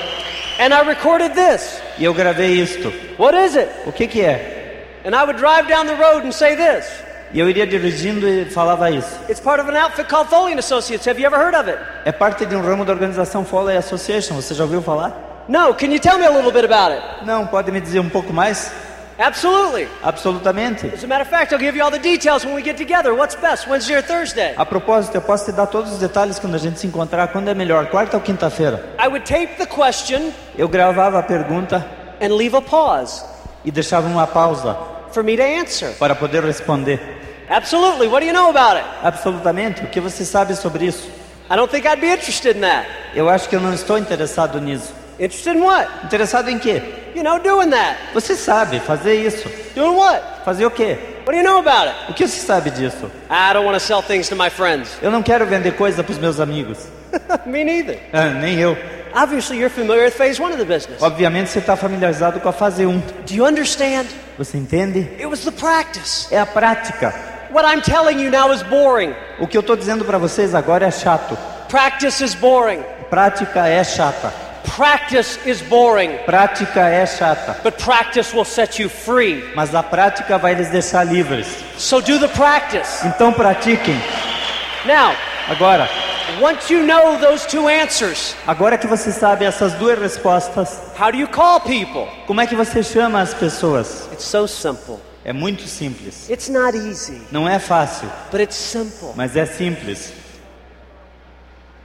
Speaker 1: and I recorded this.
Speaker 2: e eu gravei isto.
Speaker 1: What is it?
Speaker 2: O que que é?
Speaker 1: And I would drive down the road and say this.
Speaker 2: E eu iria dirigindo e falava isso.
Speaker 1: It's part of an outfit called Foley and Associates. Have you ever heard of it?
Speaker 2: É parte de um ramo da organização Foley Association. Você já ouviu falar?
Speaker 1: No. Can you tell me a little bit about it?
Speaker 2: Não, pode me dizer um pouco mais?
Speaker 1: Absolutely.
Speaker 2: Absolutamente.
Speaker 1: As a matter of fact, I'll give you all the details when we get together. What's best, Wednesday or Thursday?
Speaker 2: A propósito, eu posso te dar todos os detalhes quando a gente se encontrar. Quando é melhor, quarta ou quinta-feira?
Speaker 1: I would tape the question
Speaker 2: Eu gravava a pergunta
Speaker 1: and leave a pause
Speaker 2: e deixava uma pausa
Speaker 1: for me to answer.
Speaker 2: para poder responder.
Speaker 1: Absolutely. What do you know about it?
Speaker 2: Absolutamente. O que você sabe sobre isso?
Speaker 1: I don't think I'd be interested in that.
Speaker 2: Eu acho que eu não estou interessado nisso.
Speaker 1: Interested in what?
Speaker 2: Interessado em quê?
Speaker 1: You know, doing that.
Speaker 2: Você sabe fazer isso.
Speaker 1: Doing what?
Speaker 2: Fazer o quê?
Speaker 1: What do you know about it?
Speaker 2: O que você sabe disso?
Speaker 1: I don't want to sell things to my friends.
Speaker 2: Eu não quero vender coisa para os meus amigos.
Speaker 1: me neither.
Speaker 2: Ah, nem eu.
Speaker 1: Obviously, you're familiar with phase one of the business.
Speaker 2: Obviamente você está familiarizado com a fase 1.
Speaker 1: Do you understand?
Speaker 2: Você entende?
Speaker 1: It was the practice.
Speaker 2: É a prática.
Speaker 1: What I'm telling you now is boring.
Speaker 2: O que eu estou dizendo para vocês agora é chato.
Speaker 1: Practice is boring.
Speaker 2: Prática é chata.
Speaker 1: Practice is boring.
Speaker 2: Prática é chata,
Speaker 1: But practice will set you free.
Speaker 2: mas a prática vai lhes deixar livres.
Speaker 1: So do the practice.
Speaker 2: Então pratiquem.
Speaker 1: Now,
Speaker 2: Agora,
Speaker 1: once you know those two answers,
Speaker 2: agora que você sabe essas duas respostas,
Speaker 1: how do you call people?
Speaker 2: como é que você chama as pessoas?
Speaker 1: It's so simple.
Speaker 2: É muito simples.
Speaker 1: It's not easy,
Speaker 2: Não é fácil,
Speaker 1: but it's simple.
Speaker 2: mas é simples.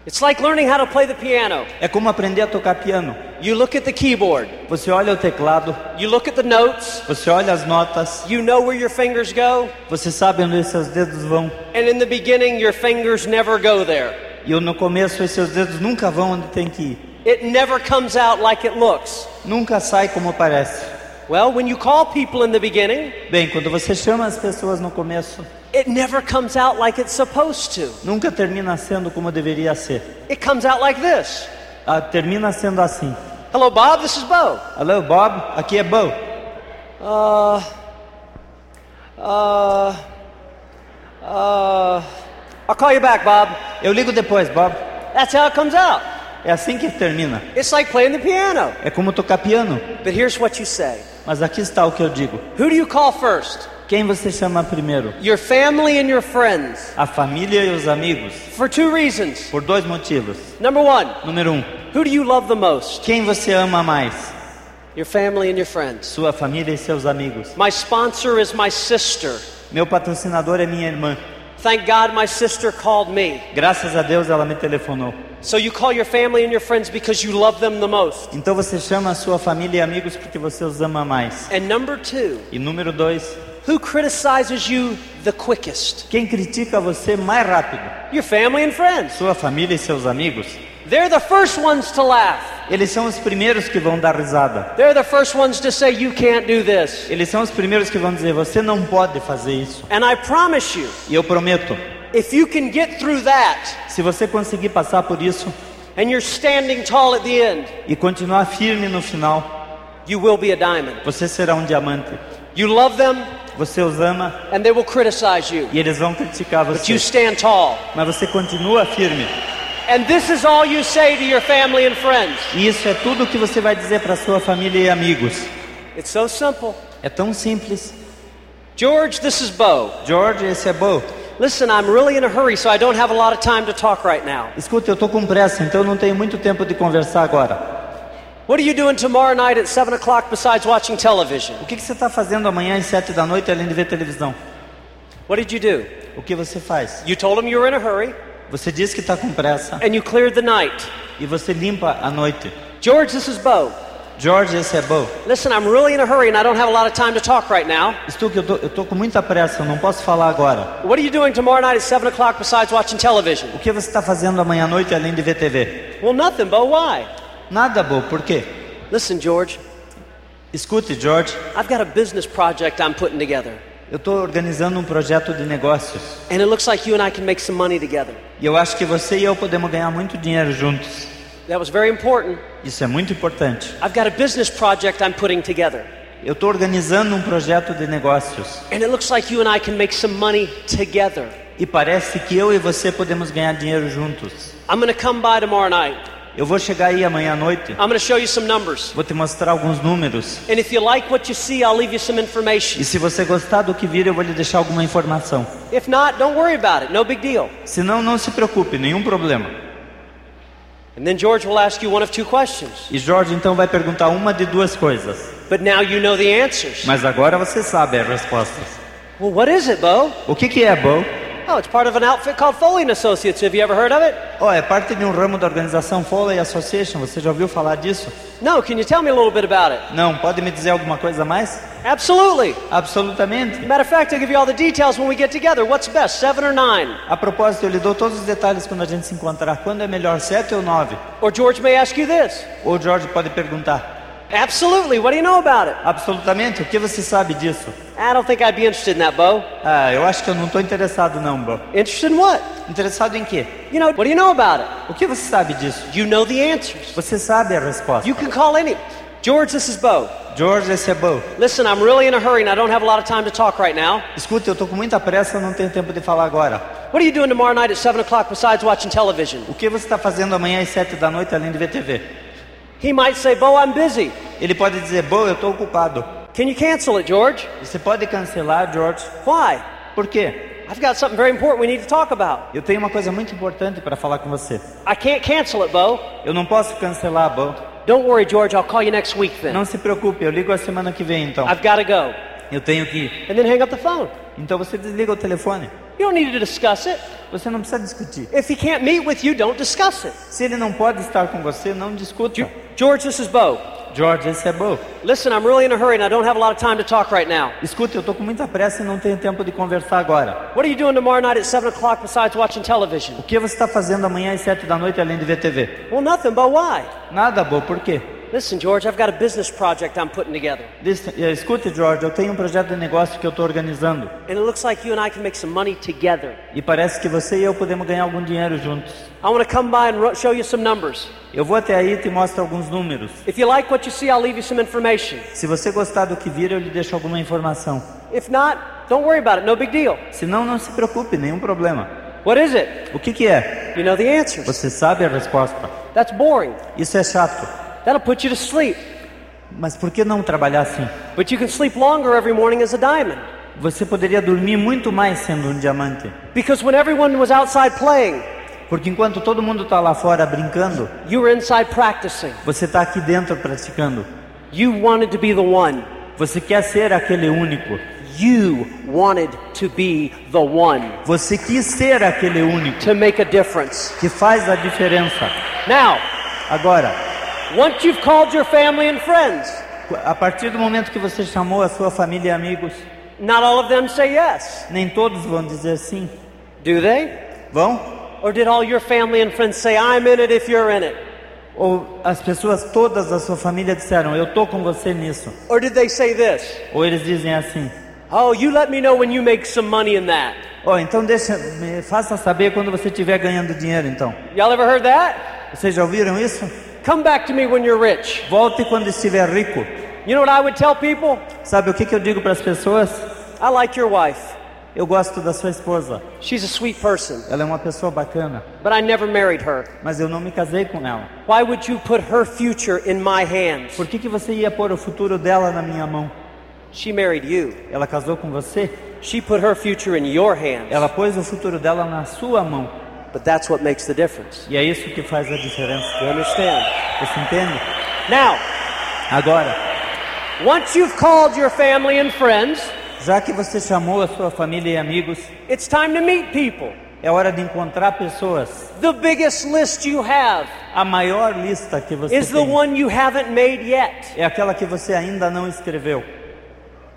Speaker 1: It's like learning how to play the piano.
Speaker 2: É como aprender a tocar piano.
Speaker 1: You look at the keyboard,
Speaker 2: Você olha o teclado,
Speaker 1: you look at the notes,
Speaker 2: você olha as notas,
Speaker 1: you know where your fingers go,
Speaker 2: você sabe onde seus dedos vão.
Speaker 1: and in the beginning, your fingers never go there.
Speaker 2: E no começo os seus dedos nunca vão onde tem que ir.
Speaker 1: It never comes out like it looks.
Speaker 2: Nunca sai como parece.
Speaker 1: Well, when you call people in the beginning,
Speaker 2: Bem, quando você chama as pessoas no começo,
Speaker 1: it never comes out like it's supposed to.
Speaker 2: nunca termina sendo como deveria ser.
Speaker 1: It comes out like this.
Speaker 2: Ah, termina sendo assim.
Speaker 1: Hello, Bob. This is Bo.
Speaker 2: Alô, Bob, aqui é Bo.
Speaker 1: Uh, uh, uh, I'll call you back, Bob.
Speaker 2: Eu ligo depois, Bob.
Speaker 1: That's how it comes out.
Speaker 2: É assim que termina.
Speaker 1: It's like playing the piano.
Speaker 2: É como tocar piano.
Speaker 1: But here's what you say
Speaker 2: Mas aqui está o que eu digo.
Speaker 1: Who do you call first?
Speaker 2: Quem você chama primeiro?
Speaker 1: Your family and your friends.
Speaker 2: A família e os amigos.
Speaker 1: For two reasons.
Speaker 2: Por dois motivos.
Speaker 1: Number one,
Speaker 2: Número um,
Speaker 1: who do you love the most?
Speaker 2: quem você ama mais?
Speaker 1: your family and your friends.
Speaker 2: sua família e seus amigos.
Speaker 1: My sponsor is my sister.
Speaker 2: Meu patrocinador é minha irmã.
Speaker 1: Thank God my sister called me.
Speaker 2: Graças a Deus ela me telefonou.
Speaker 1: So you call your family and your friends because you love them the most.
Speaker 2: Então você chama a sua família e amigos porque você os ama mais.
Speaker 1: And number two,
Speaker 2: E número dois,
Speaker 1: who criticizes you the quickest?
Speaker 2: quem critica você mais rápido?
Speaker 1: Your family and friends.
Speaker 2: Sua família e seus amigos.
Speaker 1: They're the first ones to laugh.
Speaker 2: Eles são os primeiros que vão dar risada.
Speaker 1: They're the first ones to say you can't do this.
Speaker 2: Eles são os primeiros que vão dizer: você não pode fazer isso.
Speaker 1: And I promise you,
Speaker 2: E eu prometo,
Speaker 1: if you can get through that
Speaker 2: se você conseguir passar por isso
Speaker 1: and you're standing tall at the end,
Speaker 2: e continuar firme no final,
Speaker 1: you will be a diamond.
Speaker 2: você será um diamante.
Speaker 1: You love them
Speaker 2: Você os ama
Speaker 1: and they will criticize you,
Speaker 2: e eles vão criticar
Speaker 1: but you
Speaker 2: você.
Speaker 1: stand tall.
Speaker 2: Mas você continua firme.
Speaker 1: And this is all you say to your family and friends.
Speaker 2: E isso é tudo o que você vai dizer para sua família e amigos.
Speaker 1: It's so simple.
Speaker 2: É tão simples.
Speaker 1: George, this is Bo.
Speaker 2: George, esse é Bo.
Speaker 1: Listen, I'm really in a hurry, so I don't have a lot of time to talk right now.
Speaker 2: Escuta, eu tô com pressa, então eu não tenho muito tempo de conversar agora.
Speaker 1: What are you doing tomorrow night at 7 o'clock besides watching television?
Speaker 2: O que, que você está fazendo amanhã às sete da noite além de ver televisão?
Speaker 1: What did you do?
Speaker 2: O que você faz?
Speaker 1: You told him you were in a hurry,
Speaker 2: Você diz que está com pressa
Speaker 1: and you cleared the night.
Speaker 2: e você limpa à noite.
Speaker 1: George, this is Bo.
Speaker 2: George, esse é Bo.
Speaker 1: Listen, I'm really in a hurry, and I don't have a lot of time to talk right now.
Speaker 2: Estou que eu tô, eu tô com muita pressa, eu não posso falar agora.
Speaker 1: What are you doing tomorrow night at 7 o'clock besides watching television?
Speaker 2: O que você está fazendo amanhã à noite além de ver TV?
Speaker 1: Well, nothing, Bo. Why?
Speaker 2: Nada, Bo. Por quê?
Speaker 1: Listen, George,
Speaker 2: Escute, George,
Speaker 1: I've got a business project I'm putting together,
Speaker 2: eu estou organizando um projeto de negócios
Speaker 1: and it looks like you and I can make some money together.
Speaker 2: e eu acho que você e eu podemos ganhar muito dinheiro juntos.
Speaker 1: That was very important.
Speaker 2: Isso é muito importante.
Speaker 1: I've got a business project I'm putting together,
Speaker 2: Eu estou organizando um projeto de negócios
Speaker 1: and it looks like you and I can make some money together.
Speaker 2: e parece que eu e você podemos ganhar dinheiro juntos.
Speaker 1: I'm going to come by tomorrow night.
Speaker 2: Eu vou chegar aí amanhã à noite,
Speaker 1: I'm going to show you some numbers.
Speaker 2: vou te mostrar alguns números
Speaker 1: And if you like what you see, I'll leave you some
Speaker 2: e
Speaker 1: information.
Speaker 2: se você gostar do que vir, eu vou lhe deixar alguma informação.
Speaker 1: If not, don't worry about it. No big deal.
Speaker 2: Se não, não se preocupe, nenhum problema.
Speaker 1: And then George will ask you one of two questions.
Speaker 2: E Jorge então vai perguntar uma de duas coisas,
Speaker 1: But now you know the answers.
Speaker 2: mas agora você sabe as respostas.
Speaker 1: Well, what is it, Bo?
Speaker 2: O que, que é Bo?
Speaker 1: Oh, it's part of an outfit called Foley and Associates. Have you ever heard of it?
Speaker 2: Oh, é parte de um ramo da organização Foley Association, você já ouviu falar disso?
Speaker 1: No, can you tell me a little bit about it?
Speaker 2: Não, pode me dizer alguma coisa a mais?
Speaker 1: Absolutely.
Speaker 2: Absolutamente.
Speaker 1: Matter of fact, I'll give you all the details when we get together. What's best, seven or nine?
Speaker 2: A propósito, eu lhe dou todos os detalhes quando a gente se encontrar. Quando é melhor, sete ou nove?
Speaker 1: Or George may ask you this.
Speaker 2: Ou Jorge pode perguntar.
Speaker 1: Absolutely. What do you know about it?
Speaker 2: Absolutamente, o que você sabe disso?
Speaker 1: I don't think I'd be interested in that, Bo.
Speaker 2: Ah, eu acho que eu não estou interessado não, Bo.
Speaker 1: Interested in what?
Speaker 2: Interessado em quê?
Speaker 1: You know, what do you know about it?
Speaker 2: O que você sabe disso?
Speaker 1: You know the answers.
Speaker 2: Você sabe a resposta.
Speaker 1: You can call any. George, this is Bo.
Speaker 2: George, esse é Bo.
Speaker 1: Listen, I'm really in a hurry and I don't have a lot of time to talk right now.
Speaker 2: Escuta, eu tô com muita pressa, não tenho tempo de falar agora.
Speaker 1: What are you doing tomorrow night at 7 o'clock besides watching television?
Speaker 2: O que você está fazendo amanhã às sete da noite além de ver TV?
Speaker 1: He might say, Bo, I'm busy.
Speaker 2: Ele pode dizer, Bo, eu estou ocupado.
Speaker 1: Can you cancel it, George?
Speaker 2: Você pode cancelar, George?
Speaker 1: Why?
Speaker 2: Por quê?
Speaker 1: I've got something very important we need to talk about.
Speaker 2: Eu tenho uma coisa muito importante para falar com você.
Speaker 1: I can't cancel it, Bo.
Speaker 2: Eu não posso cancelar, Bo.
Speaker 1: Don't worry, George, I'll call you next week then.
Speaker 2: Não se preocupe, eu ligo a semana que vem então.
Speaker 1: I've got to go.
Speaker 2: Eu tenho que ir.
Speaker 1: And then hang up the phone.
Speaker 2: Então você desliga o telefone.
Speaker 1: You don't need to discuss it.
Speaker 2: Você não precisa discutir.
Speaker 1: If he can't meet with you, don't discuss it.
Speaker 2: Se ele não pode estar com você, não discuta.
Speaker 1: Ge- George, this is Bo.
Speaker 2: George, esse é Bo.
Speaker 1: Listen, I'm really in a hurry and I don't have a lot of time to talk right now.
Speaker 2: Escuta, eu tô com muita pressa e não tenho tempo de conversar agora.
Speaker 1: What are you doing tomorrow night at 7 o'clock besides watching television?
Speaker 2: O que você está fazendo amanhã às sete da noite além de ver TV?
Speaker 1: Well, nothing, but why?
Speaker 2: Nada, Bo, por quê?
Speaker 1: Listen, George, I've got a business project I'm putting together.
Speaker 2: Listen, eh, Escute, George, eu tenho um projeto de negócio que eu estou organizando
Speaker 1: And it looks like you and I can make some money together.
Speaker 2: e parece que você e eu podemos ganhar algum dinheiro juntos.
Speaker 1: I want to come by and ro- show you some numbers.
Speaker 2: Eu vou até aí e te mostro alguns números.
Speaker 1: If you like what you see, I'll leave you some information.
Speaker 2: Se você gostar do que vir, eu lhe deixo alguma informação.
Speaker 1: If not, don't worry about it. No big deal.
Speaker 2: Se não, não se preocupe, nenhum problema.
Speaker 1: What is it?
Speaker 2: O que, que é?
Speaker 1: You know the answers.
Speaker 2: Você sabe a resposta.
Speaker 1: That's boring.
Speaker 2: Isso é chato.
Speaker 1: That'll put you to sleep.
Speaker 2: Mas por que não trabalhar assim?
Speaker 1: But you can sleep longer every morning as a diamond.
Speaker 2: Você poderia dormir muito mais sendo um diamante.
Speaker 1: Because when everyone was outside playing,
Speaker 2: Porque enquanto todo mundo está lá fora brincando,
Speaker 1: you were inside practicing.
Speaker 2: Você está aqui dentro praticando.
Speaker 1: You wanted to be the one.
Speaker 2: Você quer ser aquele único.
Speaker 1: You wanted to be the one
Speaker 2: Você quis ser aquele único
Speaker 1: to make a difference.
Speaker 2: que faz a diferença.
Speaker 1: Now,
Speaker 2: Agora,
Speaker 1: once you've called your family and friends,
Speaker 2: a partir do momento que você chamou a sua família e amigos,
Speaker 1: not all of them say yes.
Speaker 2: nem todos vão dizer sim.
Speaker 1: Do they?
Speaker 2: Vão?
Speaker 1: Or did all your family and friends say, I'm in it if you're in it?
Speaker 2: Ou as pessoas todas da sua família disseram: "Eu tô com você nisso".
Speaker 1: Or did they say this?
Speaker 2: Ou eles dizem assim:
Speaker 1: Oh, you let me know when you make some money in that.
Speaker 2: "Ó, então deixa, me faça saber quando você estiver ganhando dinheiro então".
Speaker 1: Y'all ever heard that?
Speaker 2: Vocês já ouviram isso?
Speaker 1: Come back to me when you're rich.
Speaker 2: Volte quando estiver rico.
Speaker 1: You know what I would tell people?
Speaker 2: Sabe o que que eu digo para as pessoas?
Speaker 1: I like your wife.
Speaker 2: Eu gosto da sua esposa.
Speaker 1: She's a sweet person,
Speaker 2: Ela é uma pessoa bacana,
Speaker 1: but I never married her.
Speaker 2: mas eu não me casei com ela.
Speaker 1: Why would you put her future in my hands?
Speaker 2: Por que que você ia pôr o futuro dela na minha mão?
Speaker 1: She married you.
Speaker 2: Ela casou com você?
Speaker 1: She put her future in your hands.
Speaker 2: Ela pôs o futuro dela na sua mão.
Speaker 1: But that's what makes the difference.
Speaker 2: E é isso que faz a diferença.
Speaker 1: You understand?
Speaker 2: Você entende?
Speaker 1: Now,
Speaker 2: Agora,
Speaker 1: once you've called your family and friends,
Speaker 2: já que você chamou a sua família e amigos,
Speaker 1: it's time to meet people.
Speaker 2: é hora de encontrar pessoas.
Speaker 1: The biggest list you have
Speaker 2: A maior lista que você
Speaker 1: is the
Speaker 2: tem
Speaker 1: one you haven't made yet
Speaker 2: é aquela que você ainda não escreveu,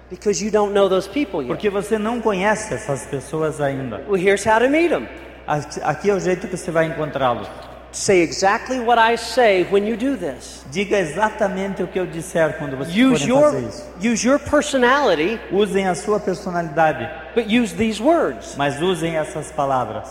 Speaker 1: because you don't know those people yet.
Speaker 2: porque você não conhece essas pessoas ainda.
Speaker 1: Well, here's how to meet them.
Speaker 2: Aqui- Aqui é o jeito que você vai encontrá-los.
Speaker 1: Say exactly what I say when you do this.
Speaker 2: Diga exatamente o que eu disser quando vocês
Speaker 1: Use
Speaker 2: forem fazer
Speaker 1: your
Speaker 2: isso.
Speaker 1: use your personality,
Speaker 2: Usem a sua personalidade,
Speaker 1: but use these words.
Speaker 2: mas usem essas palavras.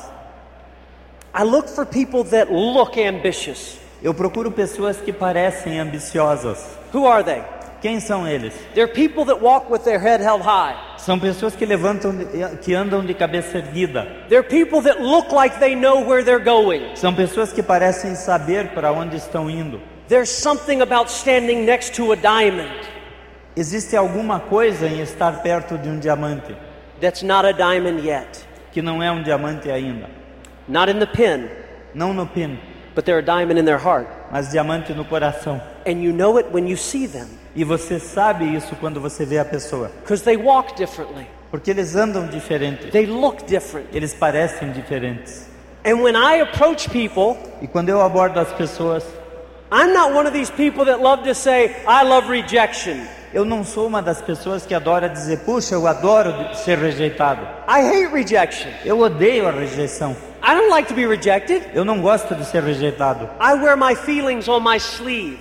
Speaker 1: I look for people that look ambitious.
Speaker 2: Eu procuro pessoas que parecem ambiciosas.
Speaker 1: Who are they?
Speaker 2: Quem são eles?
Speaker 1: They're people that walk with their head held high.
Speaker 2: São pessoas que levantam, que andam de cabeça erguida.
Speaker 1: They're people that look like they know where they're going.
Speaker 2: São pessoas que parecem saber para onde estão indo.
Speaker 1: There's something about standing next to a diamond
Speaker 2: Existe alguma coisa em estar perto de um diamante
Speaker 1: that's not a diamond yet.
Speaker 2: que não é um diamante ainda.
Speaker 1: Not in the pin,
Speaker 2: Não no pino,
Speaker 1: but they're a diamond in their heart.
Speaker 2: mas diamante no coração.
Speaker 1: And you know it when you see them
Speaker 2: E você sabe isso quando você vê a pessoa,
Speaker 1: because they walk differently,
Speaker 2: porque eles andam diferente.
Speaker 1: they look different.
Speaker 2: Eles parecem diferentes.
Speaker 1: And when I approach people,
Speaker 2: E quando eu abordo as pessoas,
Speaker 1: I'm not one of these people that love to say, I love rejection.
Speaker 2: eu não sou uma das pessoas que adora dizer, puxa, eu adoro de- ser rejeitado.
Speaker 1: I hate rejection.
Speaker 2: Eu odeio a rejeição.
Speaker 1: I don't like to be rejected.
Speaker 2: Eu não gosto de ser rejeitado.
Speaker 1: I wear my feelings on my sleeve.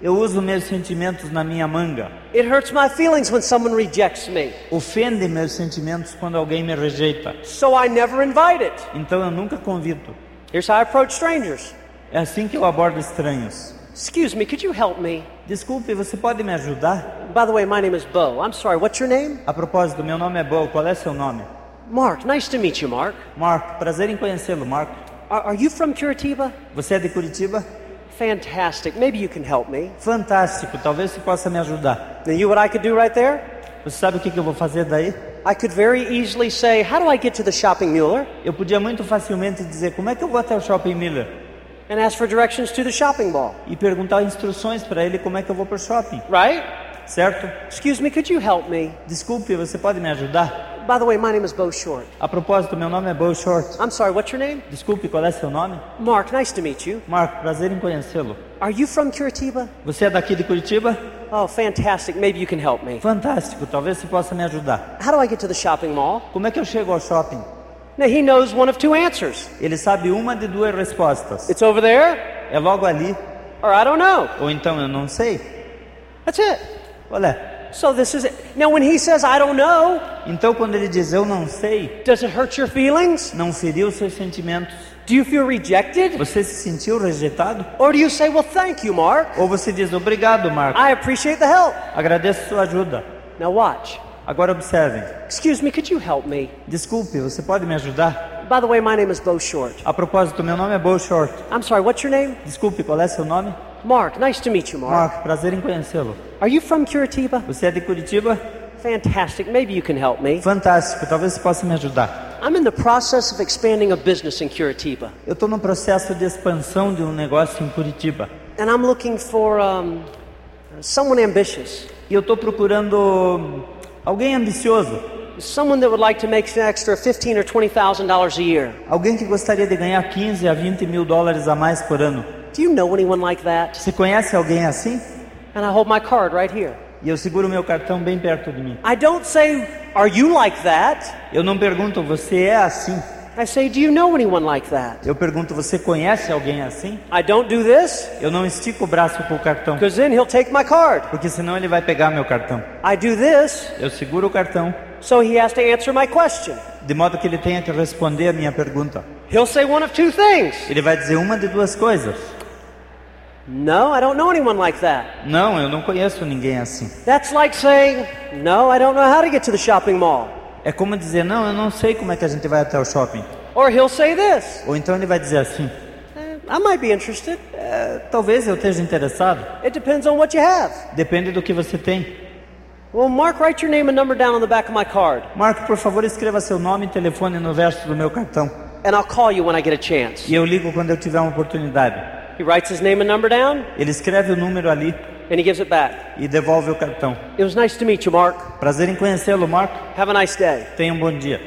Speaker 2: Eu uso meus sentimentos na minha manga.
Speaker 1: It hurts my feelings when someone rejects me.
Speaker 2: Ofende meus sentimentos quando alguém me rejeita.
Speaker 1: So I never invite it.
Speaker 2: Então eu nunca convido.
Speaker 1: Here's how I approach strangers.
Speaker 2: É assim que eu abordo estranhos.
Speaker 1: Excuse me, could you help me?
Speaker 2: Desculpe, você pode me ajudar?
Speaker 1: By the way, my name is Bo. I'm sorry, what's your name?
Speaker 2: A propósito, meu nome é Bo, qual é seu nome?
Speaker 1: Mark. Nice to meet you, Mark.
Speaker 2: Marco, prazer em conhecê-lo, Marco.
Speaker 1: Are, are you from Curitiba?
Speaker 2: Você é de Curitiba?
Speaker 1: Fantastic. Maybe you can help me.
Speaker 2: Fantástico, talvez você possa me ajudar.
Speaker 1: Now, you know what I could do right there?
Speaker 2: Você sabe o que que eu vou fazer daí?
Speaker 1: I could very easily say, How do I get to the shopping Mueller?
Speaker 2: Eu podia muito facilmente dizer como é que eu vou até o Shopping Miller
Speaker 1: and ask for directions to the shopping mall.
Speaker 2: e perguntar instruções para ele como é que eu vou para o shopping,
Speaker 1: Right?
Speaker 2: certo?
Speaker 1: Excuse me, could you help me?
Speaker 2: Desculpe, você pode me ajudar?
Speaker 1: By the way, my name is Bo Short.
Speaker 2: A propósito, meu nome é Bo Short.
Speaker 1: I'm sorry, what's your name?
Speaker 2: Desculpe, qual é seu nome?
Speaker 1: Mark, nice to meet you.
Speaker 2: Marco, prazer em conhecê-lo.
Speaker 1: Are you from Curitiba?
Speaker 2: Você é daqui de Curitiba?
Speaker 1: Oh, fantastic. Maybe you can help me.
Speaker 2: Fantástico, talvez você possa me ajudar.
Speaker 1: How do I get to the shopping mall?
Speaker 2: Como é que eu chego ao shopping?
Speaker 1: Now, he knows one of two answers
Speaker 2: Ele sabe uma de duas respostas.
Speaker 1: it's over there,
Speaker 2: É logo ali,
Speaker 1: or I don't know.
Speaker 2: ou então eu não sei.
Speaker 1: That's it.
Speaker 2: Olha,
Speaker 1: So, this is it. Now, when he says, I don't know,
Speaker 2: então quando ele diz eu não sei,
Speaker 1: does it hurt your feelings?
Speaker 2: não feriu seus sentimentos?
Speaker 1: Do you feel rejected?
Speaker 2: Você se sentiu rejeitado?
Speaker 1: Or do you say, Well, thank you, Mark.
Speaker 2: Ou você diz obrigado, Marco,
Speaker 1: I appreciate the help.
Speaker 2: agradeço sua ajuda.
Speaker 1: Now, watch.
Speaker 2: Agora observem.
Speaker 1: Excuse me, could you help me?
Speaker 2: Desculpe, você pode me ajudar?
Speaker 1: By the way, my name is Bo Short.
Speaker 2: A propósito, meu nome é Bo Short.
Speaker 1: I'm sorry, what's your name?
Speaker 2: Desculpe, qual é seu nome?
Speaker 1: Mark, nice to meet you, Mark.
Speaker 2: Marco, prazer em conhecê-lo.
Speaker 1: Are you from Curitiba?
Speaker 2: Você é de Curitiba?
Speaker 1: Fantastic. Maybe you can help me.
Speaker 2: Fantástico, talvez você possa me ajudar.
Speaker 1: I'm in the process of expanding a business in Curitiba,
Speaker 2: Eu estou no processo de expansão de um negócio em Curitiba
Speaker 1: and I'm looking for um, someone ambitious,
Speaker 2: E eu estou procurando hum, alguém ambicioso,
Speaker 1: someone that would like to make an extra fifteen or twenty thousand dollars a year.
Speaker 2: alguém que gostaria de ganhar 15 a 20 mil dólares a mais por ano.
Speaker 1: Do you know anyone like that?
Speaker 2: Você conhece alguém assim?
Speaker 1: And I hold my card right here.
Speaker 2: E eu seguro meu cartão bem perto de mim.
Speaker 1: I don't say, Are you like that?
Speaker 2: Eu não pergunto, você é assim?
Speaker 1: I say, Do you know anyone like that?
Speaker 2: Eu pergunto, você conhece alguém assim?
Speaker 1: I don't do this
Speaker 2: Eu não estico o braço pro cartão,
Speaker 1: because then he'll take my card.
Speaker 2: porque senão ele vai pegar meu cartão.
Speaker 1: I do this
Speaker 2: Eu seguro o cartão,
Speaker 1: so he has to answer my question.
Speaker 2: de modo que ele tenha que responder a minha pergunta.
Speaker 1: He'll say one of two things
Speaker 2: Ele vai dizer uma de duas coisas.
Speaker 1: No, I don't know anyone like that.
Speaker 2: Não, eu não conheço ninguém assim.
Speaker 1: That's like saying, No, I don't know how to get to the shopping mall.
Speaker 2: É como dizer, não, eu não sei como é que a gente vai até o shopping.
Speaker 1: Or he'll say this
Speaker 2: Ou então ele vai dizer assim,
Speaker 1: "Eh, I might be interested.
Speaker 2: talvez eu esteja interessado.
Speaker 1: It depends on what you have.
Speaker 2: Depende do que você tem.
Speaker 1: Well, Mark, write your name and number down on the back of my card,
Speaker 2: Marco, por favor, escreva seu nome e telefone no verso do meu cartão.
Speaker 1: and I'll call you when I get a chance.
Speaker 2: E eu ligo quando eu tiver uma oportunidade.
Speaker 1: He writes his name and number down,
Speaker 2: Ele escreve o número ali
Speaker 1: and he gives it back.
Speaker 2: e devolve o cartão.
Speaker 1: It was nice to meet you, Mark.
Speaker 2: Prazer em conhecê-lo, Marco.
Speaker 1: Have a nice day.
Speaker 2: Tenha um bom dia.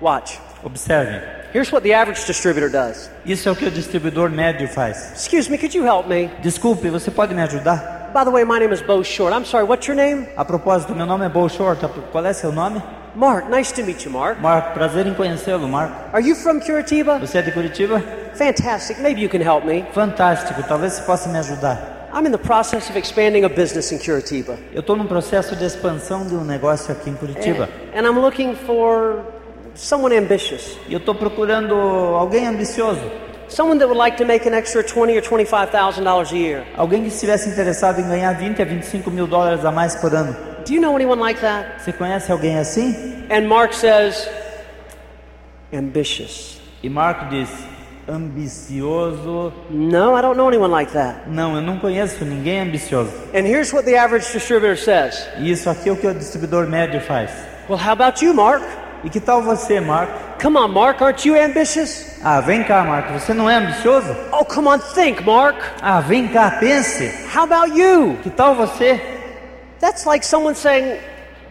Speaker 1: Watch.
Speaker 2: Observe.
Speaker 1: Here's what the average distributor does.
Speaker 2: Isso é o que o distribuidor médio faz.
Speaker 1: Excuse me, could you help me?
Speaker 2: Desculpe, você pode me ajudar?
Speaker 1: By the way, my name is Bo Short. I'm sorry, what's your name?
Speaker 2: A propósito, meu nome é Bo Short. Qual é seu nome?
Speaker 1: Mark, nice to meet you, Mark.
Speaker 2: Marco, prazer em conhecê-lo, Marco.
Speaker 1: Are you from Curitiba?
Speaker 2: Você é de Curitiba?
Speaker 1: Fantastic. Maybe you can help me.
Speaker 2: Fantástico, talvez você possa me ajudar.
Speaker 1: I'm in the process of expanding a business in Curitiba.
Speaker 2: Eu estou num processo de expansão de um negócio aqui em Curitiba.
Speaker 1: And I'm looking for someone ambitious.
Speaker 2: E eu estou procurando alguém ambicioso.
Speaker 1: Someone that would like to make an extra twenty or twenty-five thousand dollars a year.
Speaker 2: Alguém que estivesse interessado em ganhar 20 a 25 mil dólares a mais por ano.
Speaker 1: Do you know anyone like that?
Speaker 2: Você conhece alguém assim?
Speaker 1: And Mark says, ambitious.
Speaker 2: E Marco diz, ambicioso...
Speaker 1: No, I don't know anyone like that.
Speaker 2: Não, eu não conheço ninguém ambicioso.
Speaker 1: And here's what the average distributor says.
Speaker 2: E isso aqui é o que o distribuidor médio faz.
Speaker 1: Well, how about you, Mark?
Speaker 2: E que tal você, Marco?
Speaker 1: Come on, Mark, aren't you ambitious?
Speaker 2: Ah, vem cá, Marco, você não é ambicioso?
Speaker 1: Oh, come on, think, Mark.
Speaker 2: Ah, vem cá, pense.
Speaker 1: How about you?
Speaker 2: Que tal você?
Speaker 1: That's like someone saying,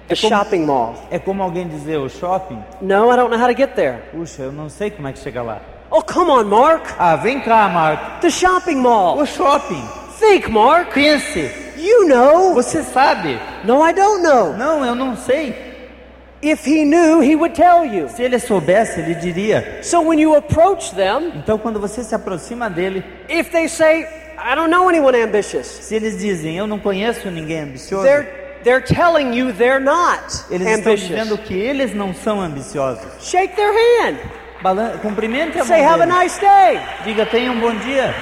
Speaker 1: a shopping mall.
Speaker 2: É como alguém dizer o shopping?
Speaker 1: No, I don't know how to get there.
Speaker 2: Puxa, eu não sei como é que chega lá.
Speaker 1: Oh, come on, Mark.
Speaker 2: Ah, vem cá, Marco.
Speaker 1: The shopping mall.
Speaker 2: O shopping.
Speaker 1: Think, Mark.
Speaker 2: Pense.
Speaker 1: You know.
Speaker 2: Você sabe?
Speaker 1: No, I don't know.
Speaker 2: Não, eu não sei.
Speaker 1: If he knew, he would tell you.
Speaker 2: Se ele soubesse, ele diria.
Speaker 1: So when you approach them,
Speaker 2: Então, quando você se aproxima dele,
Speaker 1: if they say, I don't know anyone ambitious,
Speaker 2: se eles dizem, eu não conheço ninguém ambicioso,
Speaker 1: they're, they're telling you they're not
Speaker 2: eles estão
Speaker 1: ambitious.
Speaker 2: dizendo que eles não são ambiciosos.
Speaker 1: Shake their hand.
Speaker 2: Balan Cumprimente a mão
Speaker 1: Say, have a
Speaker 2: dele.
Speaker 1: nice day.
Speaker 2: Diga, tenha um bom dia.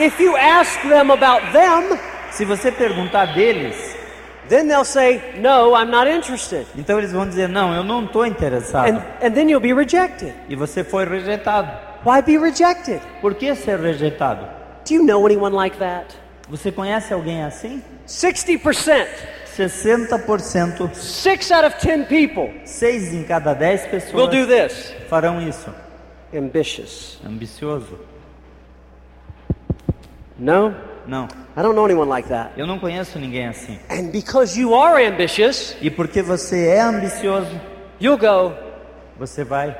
Speaker 1: If you ask them about them,
Speaker 2: Se você perguntar deles,
Speaker 1: then they'll say, No, I'm not interested.
Speaker 2: então eles vão dizer, não, eu não estou interessado.
Speaker 1: And, and then you'll be rejected.
Speaker 2: E você foi rejeitado.
Speaker 1: Why be rejected?
Speaker 2: Por que ser rejeitado?
Speaker 1: Do you know anyone like that?
Speaker 2: Você conhece alguém assim?
Speaker 1: 60%,
Speaker 2: 60%,
Speaker 1: 6 out of 10 people
Speaker 2: 6 em cada 10
Speaker 1: will do
Speaker 2: pessoas
Speaker 1: this.
Speaker 2: farão isso.
Speaker 1: Ambitious.
Speaker 2: Ambicioso?
Speaker 1: No,
Speaker 2: Não,
Speaker 1: I don't know anyone like that.
Speaker 2: eu não conheço ninguém assim.
Speaker 1: And because you are ambitious,
Speaker 2: E porque você é ambicioso,
Speaker 1: you'll go,
Speaker 2: você vai,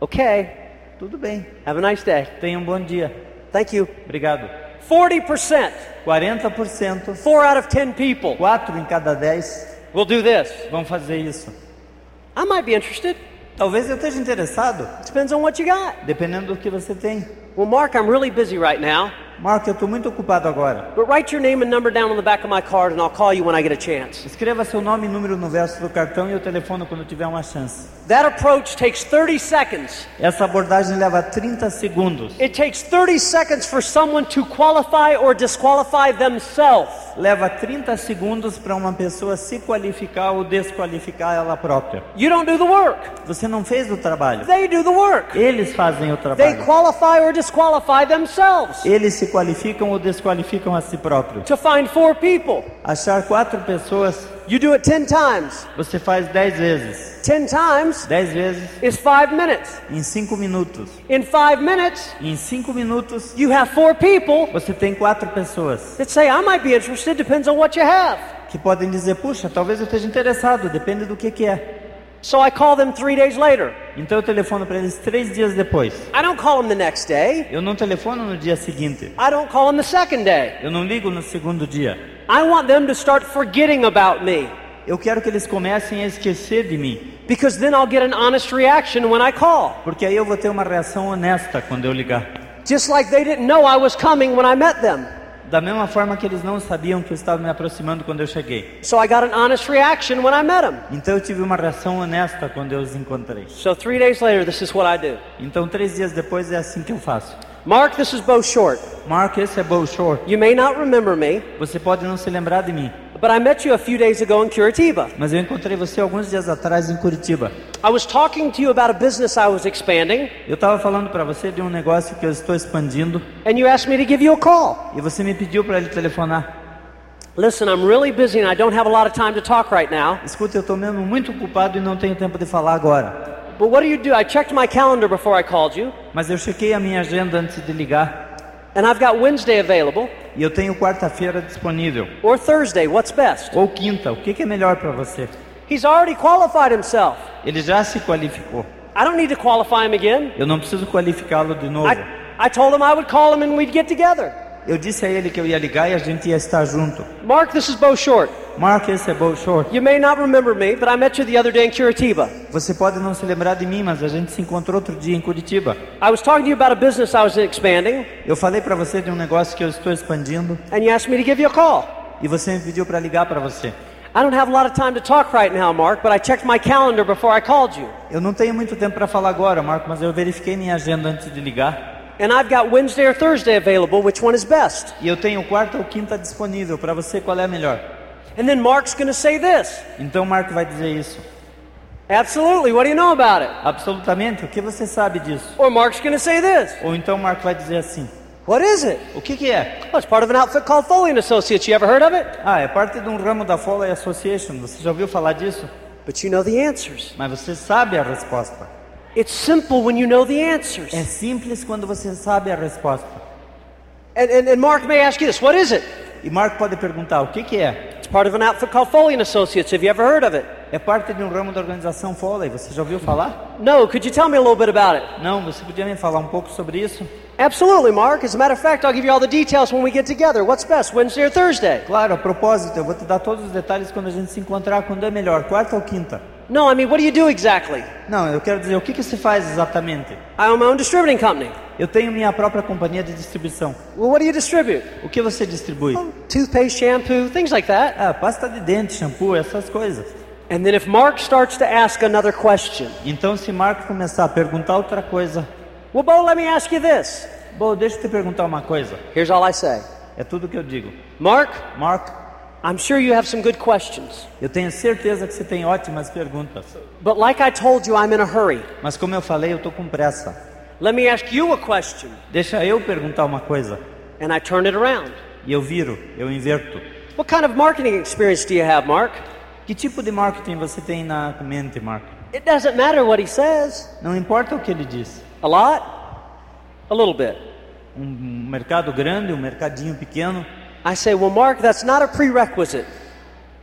Speaker 1: Okay,
Speaker 2: tudo bem,
Speaker 1: have a nice day.
Speaker 2: tenha um bom dia.
Speaker 1: Thank you.
Speaker 2: Obrigado.
Speaker 1: 40%,
Speaker 2: 40%,
Speaker 1: 4 out of 10 people
Speaker 2: 4 em cada 10
Speaker 1: will do this.
Speaker 2: vão fazer isso.
Speaker 1: I might be interested.
Speaker 2: Talvez eu esteja interessado,
Speaker 1: Depends on what you got.
Speaker 2: dependendo do que você tem.
Speaker 1: Well, Mark, I'm really busy right now.
Speaker 2: Marco, eu estou muito ocupado agora.
Speaker 1: But write your name and number down on the back of my card, and I'll call you when I get a chance.
Speaker 2: Escreva seu nome e número no verso do cartão e eu telefono quando tiver uma chance.
Speaker 1: That approach takes 30 seconds.
Speaker 2: Essa abordagem leva 30 segundos.
Speaker 1: It takes 30 seconds for someone to qualify or disqualify themselves.
Speaker 2: Leva 30 segundos para uma pessoa se qualificar ou desqualificar ela própria.
Speaker 1: You don't do the work,
Speaker 2: Você não fez o trabalho.
Speaker 1: they do the work.
Speaker 2: Eles fazem o
Speaker 1: They
Speaker 2: trabalho.
Speaker 1: qualify or disqualify themselves.
Speaker 2: Eles se qualificam ou desqualificam a si próprios.
Speaker 1: To find four people,
Speaker 2: Achar quatro pessoas
Speaker 1: You do it 10 times.
Speaker 2: Você faz 10 vezes.
Speaker 1: 10 times
Speaker 2: 10 vezes
Speaker 1: is 5 minutes.
Speaker 2: em 5 minutos.
Speaker 1: In 5 minutes,
Speaker 2: Em 5 minutos,
Speaker 1: you have four people
Speaker 2: você tem quatro pessoas
Speaker 1: that say, I might be interested, depends on what you have.
Speaker 2: que podem dizer: Puxa, talvez eu esteja interessado, depende do que, que é.
Speaker 1: So I call them three days later.
Speaker 2: Então eu telefono para eles três dias depois.
Speaker 1: I don't call them the next day.
Speaker 2: Eu não telefono no dia seguinte.
Speaker 1: I don't call them the second day.
Speaker 2: Eu não ligo no segundo dia.
Speaker 1: I want them to start forgetting about me
Speaker 2: Eu quero que eles comecem a esquecer de mim,
Speaker 1: because then I'll get an honest reaction when I call.
Speaker 2: porque aí eu vou ter uma reação honesta quando eu ligar.
Speaker 1: Just like they didn't know I was coming when I met them.
Speaker 2: Da mesma forma que eles não sabiam que eu estava me aproximando quando eu cheguei.
Speaker 1: So I got an honest reaction when I met them.
Speaker 2: Então eu tive uma reação honesta quando eu os encontrei.
Speaker 1: So three days later, this is what I do.
Speaker 2: Então três dias depois é assim que eu faço.
Speaker 1: Mark, this is Bo Short.
Speaker 2: Mark, esse é Bo Shore.
Speaker 1: You may not remember me,
Speaker 2: Você pode não se lembrar de mim,
Speaker 1: but I met you a few days ago in Curitiba.
Speaker 2: mas eu encontrei você alguns dias atrás em Curitiba.
Speaker 1: I was talking to you about a business I was expanding,
Speaker 2: Eu estava falando para você de um negócio que eu estou expandindo
Speaker 1: and you asked me to give you a call.
Speaker 2: e você me pediu para ele telefonar.
Speaker 1: Listen, I'm really busy and I don't have a lot of time to talk right now.
Speaker 2: Escuta, eu estou mesmo muito ocupado e não tenho tempo de falar agora.
Speaker 1: But what do you do? I checked my calendar before I called you,
Speaker 2: Mas eu chequei a minha agenda antes de ligar
Speaker 1: and I've got Wednesday available
Speaker 2: e eu tenho quarta-feira disponível
Speaker 1: or Thursday. What's best?
Speaker 2: ou quinta. O que, que é melhor para você?
Speaker 1: He's already qualified himself.
Speaker 2: Ele já se qualificou.
Speaker 1: I don't need to qualify him again.
Speaker 2: Eu não preciso qualificá-lo de novo.
Speaker 1: I, I told him I would call him and we'd get together.
Speaker 2: Eu disse a ele que eu ia ligar e a gente ia estar junto.
Speaker 1: Mark, this is Bo Short.
Speaker 2: Mark, esse é Bo Short.
Speaker 1: You may not remember me, but I met you the other day in Curitiba.
Speaker 2: Você pode não se lembrar de mim, mas a gente se encontrou outro dia em Curitiba.
Speaker 1: I was talking to you about a business I was expanding,
Speaker 2: Eu falei para você de um negócio que eu estou expandindo
Speaker 1: and you asked me to give you a call.
Speaker 2: e você me pediu para ligar para você.
Speaker 1: I don't have a lot of time to talk right now, Mark, but I checked my calendar before I called you.
Speaker 2: Eu não tenho muito tempo para falar agora, Marco, mas eu verifiquei minha agenda antes de ligar
Speaker 1: And I've got Wednesday or Thursday available. Which one is best?
Speaker 2: e eu tenho quarta ou quinta disponível para você, qual é a melhor?
Speaker 1: And then Mark's going to say this
Speaker 2: Então o Marco vai dizer isso.
Speaker 1: Absolutely. What do you know about it?
Speaker 2: Absolutamente, o que você sabe disso?
Speaker 1: Or Mark's going to say this
Speaker 2: Ou então o Marco vai dizer assim:
Speaker 1: What is it?
Speaker 2: O que que é?
Speaker 1: Well, it's part of an outfit called Foley and Associates. You ever heard of it?
Speaker 2: Ah, é parte de um ramo da Foley Association. Você já ouviu falar disso?
Speaker 1: But you know the answers.
Speaker 2: Mas você sabe a resposta.
Speaker 1: It's simple when you know the answers.
Speaker 2: É simples quando você sabe a resposta.
Speaker 1: And, and, and Mark may ask you this What is it?
Speaker 2: E Marco pode perguntar: o que, que é?
Speaker 1: It's part of an outfit called Foley and Associates. Have you ever heard of it?
Speaker 2: É parte de um ramo da organização Foley, você já ouviu falar?
Speaker 1: No, could you tell me a little bit about it?
Speaker 2: Não, você podia me falar um pouco sobre isso?
Speaker 1: Absolutely, Mark. As a matter of fact, I'll give you all the details when we get together. What's best, Wednesday or Thursday?
Speaker 2: Claro, a propósito, eu vou te dar todos os detalhes quando a gente se encontrar, quando é melhor, quarta ou quinta?
Speaker 1: No, I mean, what do you do exactly?
Speaker 2: Não, eu quero dizer, o que, que se faz exatamente?
Speaker 1: I own my own distributing company.
Speaker 2: Eu tenho minha própria companhia de distribuição.
Speaker 1: Well, what do you distribute?
Speaker 2: O que você distribui?
Speaker 1: Toothpaste, shampoo, things like that.
Speaker 2: Ah, pasta de dente, shampoo, essas coisas.
Speaker 1: And then if Mark starts to ask another question,
Speaker 2: Então, se Marco começar a perguntar outra coisa,
Speaker 1: well, Bo, let me ask you this.
Speaker 2: bom, deixa eu te perguntar uma coisa.
Speaker 1: Here's all I say
Speaker 2: É tudo que eu digo.
Speaker 1: Mark,
Speaker 2: Marco,
Speaker 1: I'm sure you have some good questions.
Speaker 2: eu tenho certeza que você tem ótimas perguntas.
Speaker 1: But like I told you, I'm in a hurry.
Speaker 2: Mas como eu falei, eu tô com pressa.
Speaker 1: Let me ask you a question.
Speaker 2: Deixa eu perguntar uma coisa.
Speaker 1: And I turn it around.
Speaker 2: E eu viro, eu inverto.
Speaker 1: What kind of marketing experience do you have, Mark?
Speaker 2: Que tipo de marketing você tem na mente, Marco?
Speaker 1: It doesn't matter what he says.
Speaker 2: Não importa o que ele diz.
Speaker 1: A lot? A little bit.
Speaker 2: Um mercado grande, um mercadinho pequeno.
Speaker 1: I say, well, Mark, that's not a prerequisite.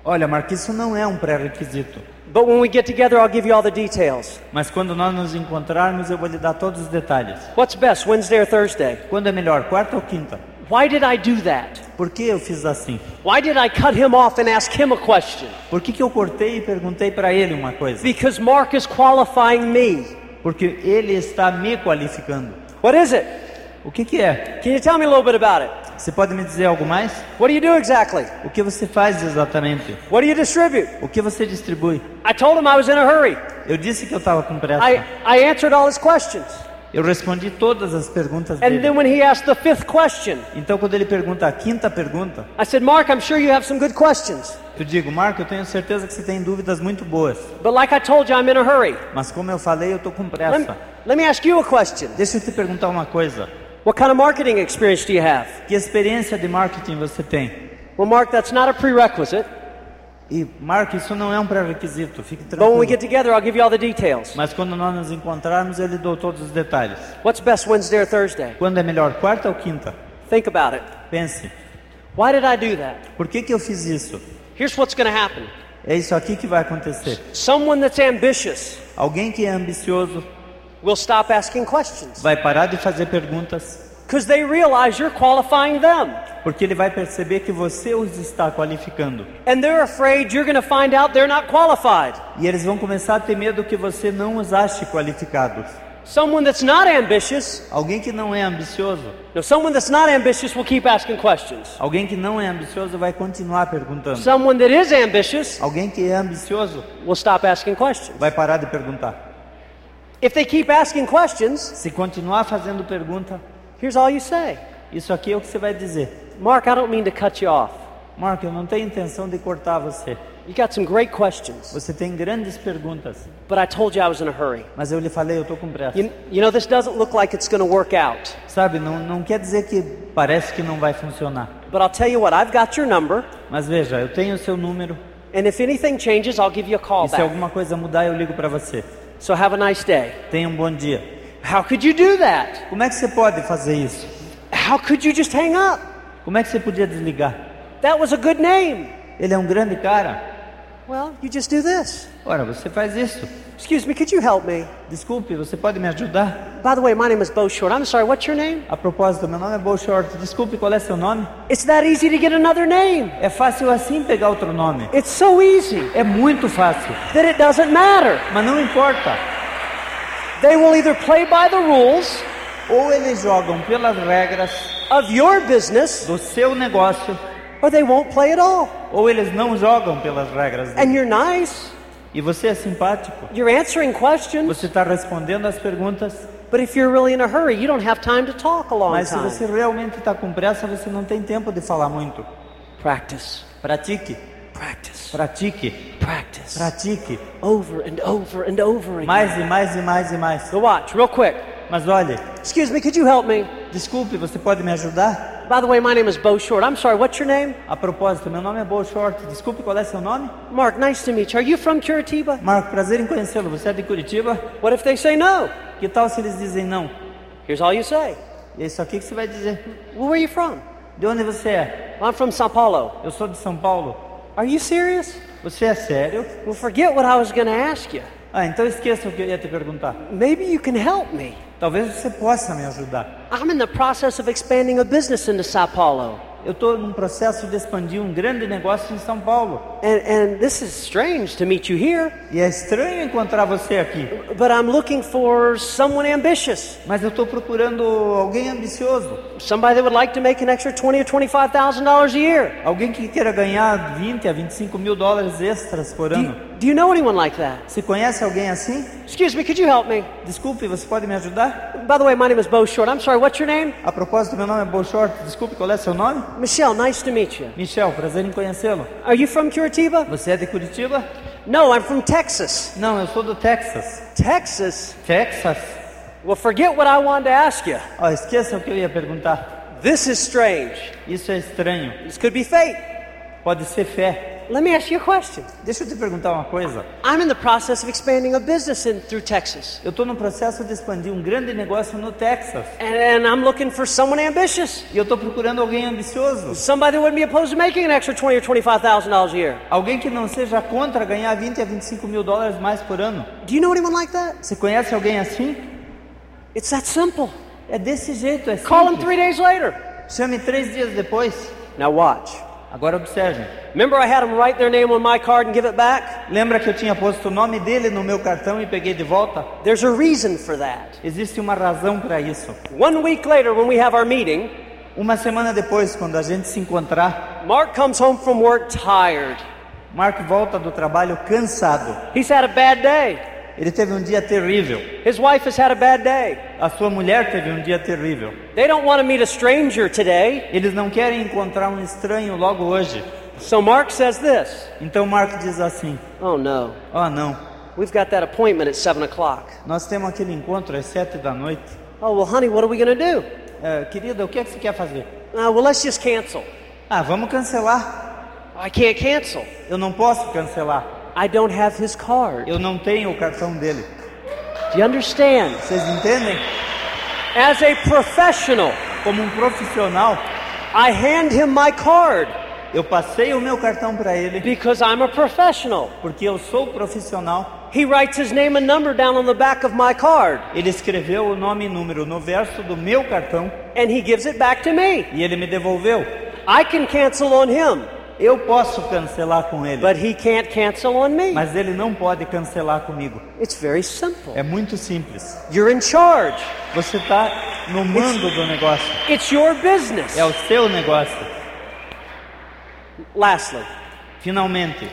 Speaker 2: Olha, Marco, isso não é um pré-requisito.
Speaker 1: But when we get together, I'll give you all the details.
Speaker 2: Mas quando nós nos encontrarmos, eu vou lhe dar todos os detalhes.
Speaker 1: What's best, Wednesday or Thursday?
Speaker 2: Quando é melhor, quarta ou quinta?
Speaker 1: Why did I do that?
Speaker 2: Por que eu fiz assim?
Speaker 1: Why did I cut him off and ask him a question?
Speaker 2: Por que, que eu cortei e perguntei para ele uma coisa?
Speaker 1: Because Mark is qualifying me.
Speaker 2: Porque ele está me qualificando.
Speaker 1: What is it?
Speaker 2: O que, que é?
Speaker 1: Can you tell me a little bit about it?
Speaker 2: Você pode me dizer algo mais?
Speaker 1: What do you do exactly?
Speaker 2: O que você faz exatamente?
Speaker 1: What do you distribute?
Speaker 2: O que você distribui?
Speaker 1: I told him I was in a hurry.
Speaker 2: Eu disse que eu estava com pressa.
Speaker 1: I, I answered all his questions.
Speaker 2: Eu respondi todas as perguntas
Speaker 1: And then
Speaker 2: dele.
Speaker 1: when he asked the fifth question,
Speaker 2: Então, quando ele pergunta a quinta pergunta,
Speaker 1: I said, Mark, I'm sure you have some good questions.
Speaker 2: eu digo, Marco, eu tenho certeza que você tem dúvidas muito boas,
Speaker 1: But like I told you, I'm in a hurry.
Speaker 2: mas como eu falei, eu tô com
Speaker 1: Let me,
Speaker 2: pressa.
Speaker 1: let me ask you a question.
Speaker 2: Deixa eu te perguntar uma coisa.
Speaker 1: What kind of marketing experience do you have?
Speaker 2: Que experiência de marketing você tem?
Speaker 1: Well, Mark, that's not a prerequisite.
Speaker 2: E Marco, isso não é um pré-requisito, fique
Speaker 1: But when we get
Speaker 2: tranquilo.
Speaker 1: together, I'll give you all the details.
Speaker 2: Mas quando nós nos encontrarmos, eu lhe dou todos os detalhes.
Speaker 1: What's best Wednesday or Thursday?
Speaker 2: Quando é melhor, quarta ou quinta?
Speaker 1: Think about it.
Speaker 2: Pense,
Speaker 1: Why did I do that?
Speaker 2: por que, que eu fiz isso?
Speaker 1: Here's what's going to happen
Speaker 2: É isso aqui que vai acontecer.
Speaker 1: someone that's ambitious
Speaker 2: Alguém que é ambicioso
Speaker 1: will stop asking questions
Speaker 2: vai parar de fazer perguntas,
Speaker 1: because they realize you're qualifying them.
Speaker 2: porque ele vai perceber que você os está qualificando.
Speaker 1: And they're afraid you're going to find out they're not qualified.
Speaker 2: E eles vão começar a ter medo que você não os ache qualificados.
Speaker 1: Someone that's not ambitious,
Speaker 2: Alguém que não é ambicioso,
Speaker 1: no, someone that's not ambitious will keep asking questions.
Speaker 2: alguém que não é ambicioso vai continuar perguntando.
Speaker 1: Someone that is ambitious
Speaker 2: Alguém que é ambicioso
Speaker 1: will stop asking questions.
Speaker 2: vai parar de perguntar.
Speaker 1: If they keep asking questions,
Speaker 2: Se continuar fazendo pergunta,
Speaker 1: here's all you say
Speaker 2: isso aqui é o que você vai dizer.
Speaker 1: Mark, I don't mean to cut you off.
Speaker 2: Marco, eu não tenho intenção de cortar você.
Speaker 1: You got some great questions,
Speaker 2: Você tem grandes perguntas,
Speaker 1: but I told you I was in a hurry.
Speaker 2: mas eu lhe falei, eu estou com pressa.
Speaker 1: You, you know, this doesn't look like it's going to work out,
Speaker 2: Sabe, não, não quer dizer que parece que não vai funcionar.
Speaker 1: but I'll tell you what, I've got your number,
Speaker 2: Mas veja, eu tenho o seu número
Speaker 1: and if anything changes, I'll give you a call
Speaker 2: e se
Speaker 1: back.
Speaker 2: alguma coisa mudar, eu ligo para você.
Speaker 1: So have a nice day.
Speaker 2: Tenha um bom dia.
Speaker 1: How could you do that?
Speaker 2: Como é que você pode fazer isso?
Speaker 1: How could you just hang up?
Speaker 2: Como é que você podia desligar?
Speaker 1: That was a good name.
Speaker 2: Ele é um grande cara.
Speaker 1: Well, you just do this.
Speaker 2: Ora, você faz isso.
Speaker 1: Excuse me, could you help me?
Speaker 2: Desculpe, você pode me ajudar?
Speaker 1: By the way, my name is Bo Short. I'm sorry, what's your name?
Speaker 2: A propósito, meu nome é Bo Short. Desculpe, qual é seu nome?
Speaker 1: It's that easy to get another name.
Speaker 2: É fácil assim pegar outro nome.
Speaker 1: It's so easy
Speaker 2: É muito fácil,
Speaker 1: that it doesn't matter.
Speaker 2: mas não importa.
Speaker 1: They will either play by the rules
Speaker 2: Ou eles jogam pelas regras
Speaker 1: of your business
Speaker 2: do seu negócio,
Speaker 1: or they won't play at all.
Speaker 2: ou eles não jogam pelas regras dele.
Speaker 1: And you're nice,
Speaker 2: E você é simpático.
Speaker 1: you're answering questions,
Speaker 2: Você está respondendo as perguntas,
Speaker 1: but if you're really in a hurry, you don't have time to talk a long
Speaker 2: mas se você
Speaker 1: time.
Speaker 2: realmente está com pressa, você não tem tempo de falar muito.
Speaker 1: Practice,
Speaker 2: Pratique,
Speaker 1: practice,
Speaker 2: pratique,
Speaker 1: practice.
Speaker 2: pratique.
Speaker 1: Over and over and over again.
Speaker 2: Mais e mais e mais e mais.
Speaker 1: So watch, real quick.
Speaker 2: Mas olhe,
Speaker 1: Excuse me, could you help me?
Speaker 2: desculpe, você pode me ajudar?
Speaker 1: By the way, my name is Bo Short. I'm sorry, what's your name?
Speaker 2: A propósito, meu nome é Bo Short. Desculpe, qual é seu nome?
Speaker 1: Mark, nice to meet you. Are you from Curitiba?
Speaker 2: Marco, prazer em conhecê-lo. Você é de Curitiba?
Speaker 1: What if they say no?
Speaker 2: Que tal se eles dizem não?
Speaker 1: Here's all you say.
Speaker 2: É isso aqui que você vai dizer.
Speaker 1: Well, where are you from?
Speaker 2: De onde você é?
Speaker 1: I'm from Sao Paulo.
Speaker 2: Eu sou de São Paulo.
Speaker 1: Are you serious?
Speaker 2: Você é sério?
Speaker 1: Well, forget what I was going to ask you.
Speaker 2: Ah, então esqueça o que eu ia te perguntar.
Speaker 1: Maybe you can help me.
Speaker 2: Talvez você possa me ajudar.
Speaker 1: I'm in the process of expanding a business into Sao Paulo.
Speaker 2: Eu estou num processo de expandir um grande negócio em São Paulo.
Speaker 1: And, and this is strange to meet you here,
Speaker 2: E é estranho encontrar você aqui.
Speaker 1: but I'm looking for someone ambitious,
Speaker 2: Mas eu estou procurando alguém ambicioso.
Speaker 1: somebody that would like to make an extra twenty or twenty-five thousand dollars a year.
Speaker 2: Alguém que queira ganhar 20 a 25 mil dólares extras por
Speaker 1: Do
Speaker 2: ano.
Speaker 1: you, do you know anyone like that?
Speaker 2: Você conhece alguém assim?
Speaker 1: Excuse me, could you help me?
Speaker 2: Desculpe, você pode me ajudar?
Speaker 1: By the way, my name is Bo Short. I'm sorry, what's your name?
Speaker 2: A propósito, meu nome é Bo Short. Desculpe, qual é seu nome?
Speaker 1: Michelle, nice to meet you.
Speaker 2: Michel, prazer em conhecê-lo.
Speaker 1: Are you from Curitiba?
Speaker 2: Você é de Curitiba?
Speaker 1: No, I'm from Texas.
Speaker 2: Não, eu sou do Texas.
Speaker 1: Texas?
Speaker 2: Texas?
Speaker 1: Well, forget what I wanted to ask you.
Speaker 2: Ó, esqueça o que eu ia perguntar.
Speaker 1: This is strange.
Speaker 2: Isso é estranho.
Speaker 1: This could be fate.
Speaker 2: Pode ser fé.
Speaker 1: Let me ask you a question.
Speaker 2: Deixa eu te perguntar uma coisa.
Speaker 1: I'm in the process of expanding a business in through Texas,
Speaker 2: Eu estou no processo de expandir um grande negócio no Texas
Speaker 1: and, and I'm looking for someone ambitious,
Speaker 2: e eu estou procurando alguém ambicioso,
Speaker 1: somebody that wouldn't be opposed to making an extra twenty or twenty-five thousand dollars a year.
Speaker 2: alguém que não seja contra ganhar 20 a 25 mil dólares mais por ano.
Speaker 1: Do you know anyone like that?
Speaker 2: Você conhece alguém assim?
Speaker 1: It's that simple.
Speaker 2: É desse jeito, é
Speaker 1: Call them
Speaker 2: simples.
Speaker 1: three days later.
Speaker 2: Chame três dias depois.
Speaker 1: Now watch.
Speaker 2: Agora observe.
Speaker 1: Remember, I had them write their name on my card and give it back.
Speaker 2: Lembra que eu tinha posto o nome dele no meu cartão e peguei de volta?
Speaker 1: There's a reason for that.
Speaker 2: Existe uma razão para isso.
Speaker 1: One week later, when we have our meeting,
Speaker 2: Uma semana depois, quando a gente se encontrar,
Speaker 1: Mark comes home from work tired.
Speaker 2: Marco volta do trabalho cansado.
Speaker 1: He's had a bad day.
Speaker 2: Ele teve um dia terrível.
Speaker 1: His wife has had a bad day.
Speaker 2: A sua mulher teve um dia terrível.
Speaker 1: They don't want to meet a stranger today.
Speaker 2: Eles não querem encontrar um estranho logo hoje.
Speaker 1: So Mark says this
Speaker 2: Então Marco diz assim:
Speaker 1: Oh no,
Speaker 2: Oh, não,
Speaker 1: we've got that appointment at 7 o'clock.
Speaker 2: nós temos aquele encontro às sete da noite. "Ah,
Speaker 1: Oh, well, honey, what are we going to do?
Speaker 2: É, querida, o que é que você quer fazer?
Speaker 1: Uh, well, let's just cancel.
Speaker 2: Ah, vamos cancelar.
Speaker 1: Uh, I can't cancel.
Speaker 2: Eu não posso cancelar.
Speaker 1: I don't have his card.
Speaker 2: Eu não tenho o cartão dele.
Speaker 1: Do you understand?
Speaker 2: Vocês entendem?
Speaker 1: As a professional,
Speaker 2: Como um profissional,
Speaker 1: I hand him my card
Speaker 2: eu passei o meu cartão para ele
Speaker 1: because I'm a professional.
Speaker 2: porque eu sou profissional.
Speaker 1: He writes his name and number down on the back of my card
Speaker 2: Ele escreveu o nome e número no verso do meu cartão
Speaker 1: and he gives it back to me.
Speaker 2: e ele me devolveu.
Speaker 1: I can cancel on him,
Speaker 2: Eu posso cancelar com ele,
Speaker 1: but he can't cancel on me.
Speaker 2: mas ele não pode cancelar comigo.
Speaker 1: It's very simple.
Speaker 2: É muito simples.
Speaker 1: You're in charge.
Speaker 2: Você está no mando do negócio.
Speaker 1: It's your business.
Speaker 2: É o seu negócio.
Speaker 1: Lastly,
Speaker 2: Finalmente,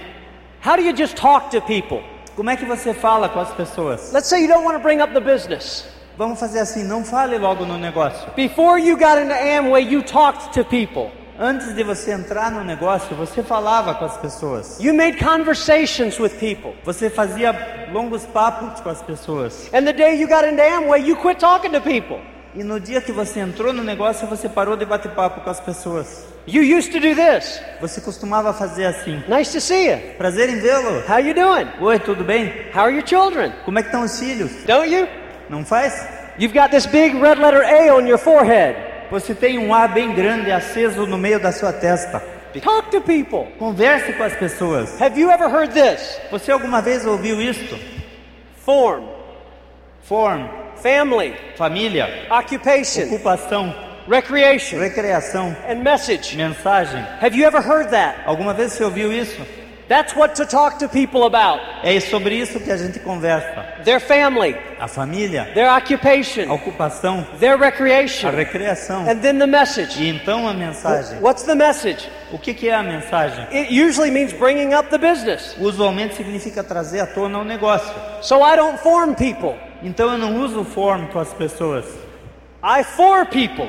Speaker 1: how do you just talk to people?
Speaker 2: como é que você fala com as pessoas?
Speaker 1: Let's say you don't want to bring up the business.
Speaker 2: Vamos fazer assim, não fale logo no negócio.
Speaker 1: Before you got into Amway, you talked to people.
Speaker 2: Antes de você entrar no negócio, você falava com as pessoas.
Speaker 1: You made conversations with people.
Speaker 2: Você fazia longos papos com as pessoas.
Speaker 1: And the day you got into Amway, you quit talking to people.
Speaker 2: E no dia que você entrou no negócio, você parou de bater papo com as pessoas.
Speaker 1: You used to do this.
Speaker 2: Você costumava fazer assim.
Speaker 1: Nice to see you.
Speaker 2: Prazer em vê-lo.
Speaker 1: How you doing?
Speaker 2: Oi, tudo bem?
Speaker 1: How are your children?
Speaker 2: Como é que estão os filhos?
Speaker 1: Don't you?
Speaker 2: Não faz?
Speaker 1: You've got this big red letter A on your forehead.
Speaker 2: Você tem um A bem grande aceso no meio da sua testa.
Speaker 1: Talk to people.
Speaker 2: Converse com as pessoas.
Speaker 1: Have you ever heard this?
Speaker 2: Você alguma vez ouviu isto?
Speaker 1: Form,
Speaker 2: Form,
Speaker 1: family,
Speaker 2: família,
Speaker 1: occupation,
Speaker 2: ocupação,
Speaker 1: recreation,
Speaker 2: recreação,
Speaker 1: and message.
Speaker 2: mensagem.
Speaker 1: Have you ever heard that?
Speaker 2: Alguma vez você ouviu isso?
Speaker 1: That's what to talk to people about.
Speaker 2: É sobre isso que a gente conversa.
Speaker 1: Their family,
Speaker 2: A família,
Speaker 1: their
Speaker 2: a
Speaker 1: occupation,
Speaker 2: ocupação,
Speaker 1: their
Speaker 2: a
Speaker 1: recreation,
Speaker 2: recreação.
Speaker 1: and then the message.
Speaker 2: E então a mensagem.
Speaker 1: What's the message?
Speaker 2: O que, que é a mensagem?
Speaker 1: It usually means bringing up the business.
Speaker 2: Usualmente significa trazer à tona um negócio.
Speaker 1: So I don't form people.
Speaker 2: Então eu não uso form com as pessoas.
Speaker 1: I for people.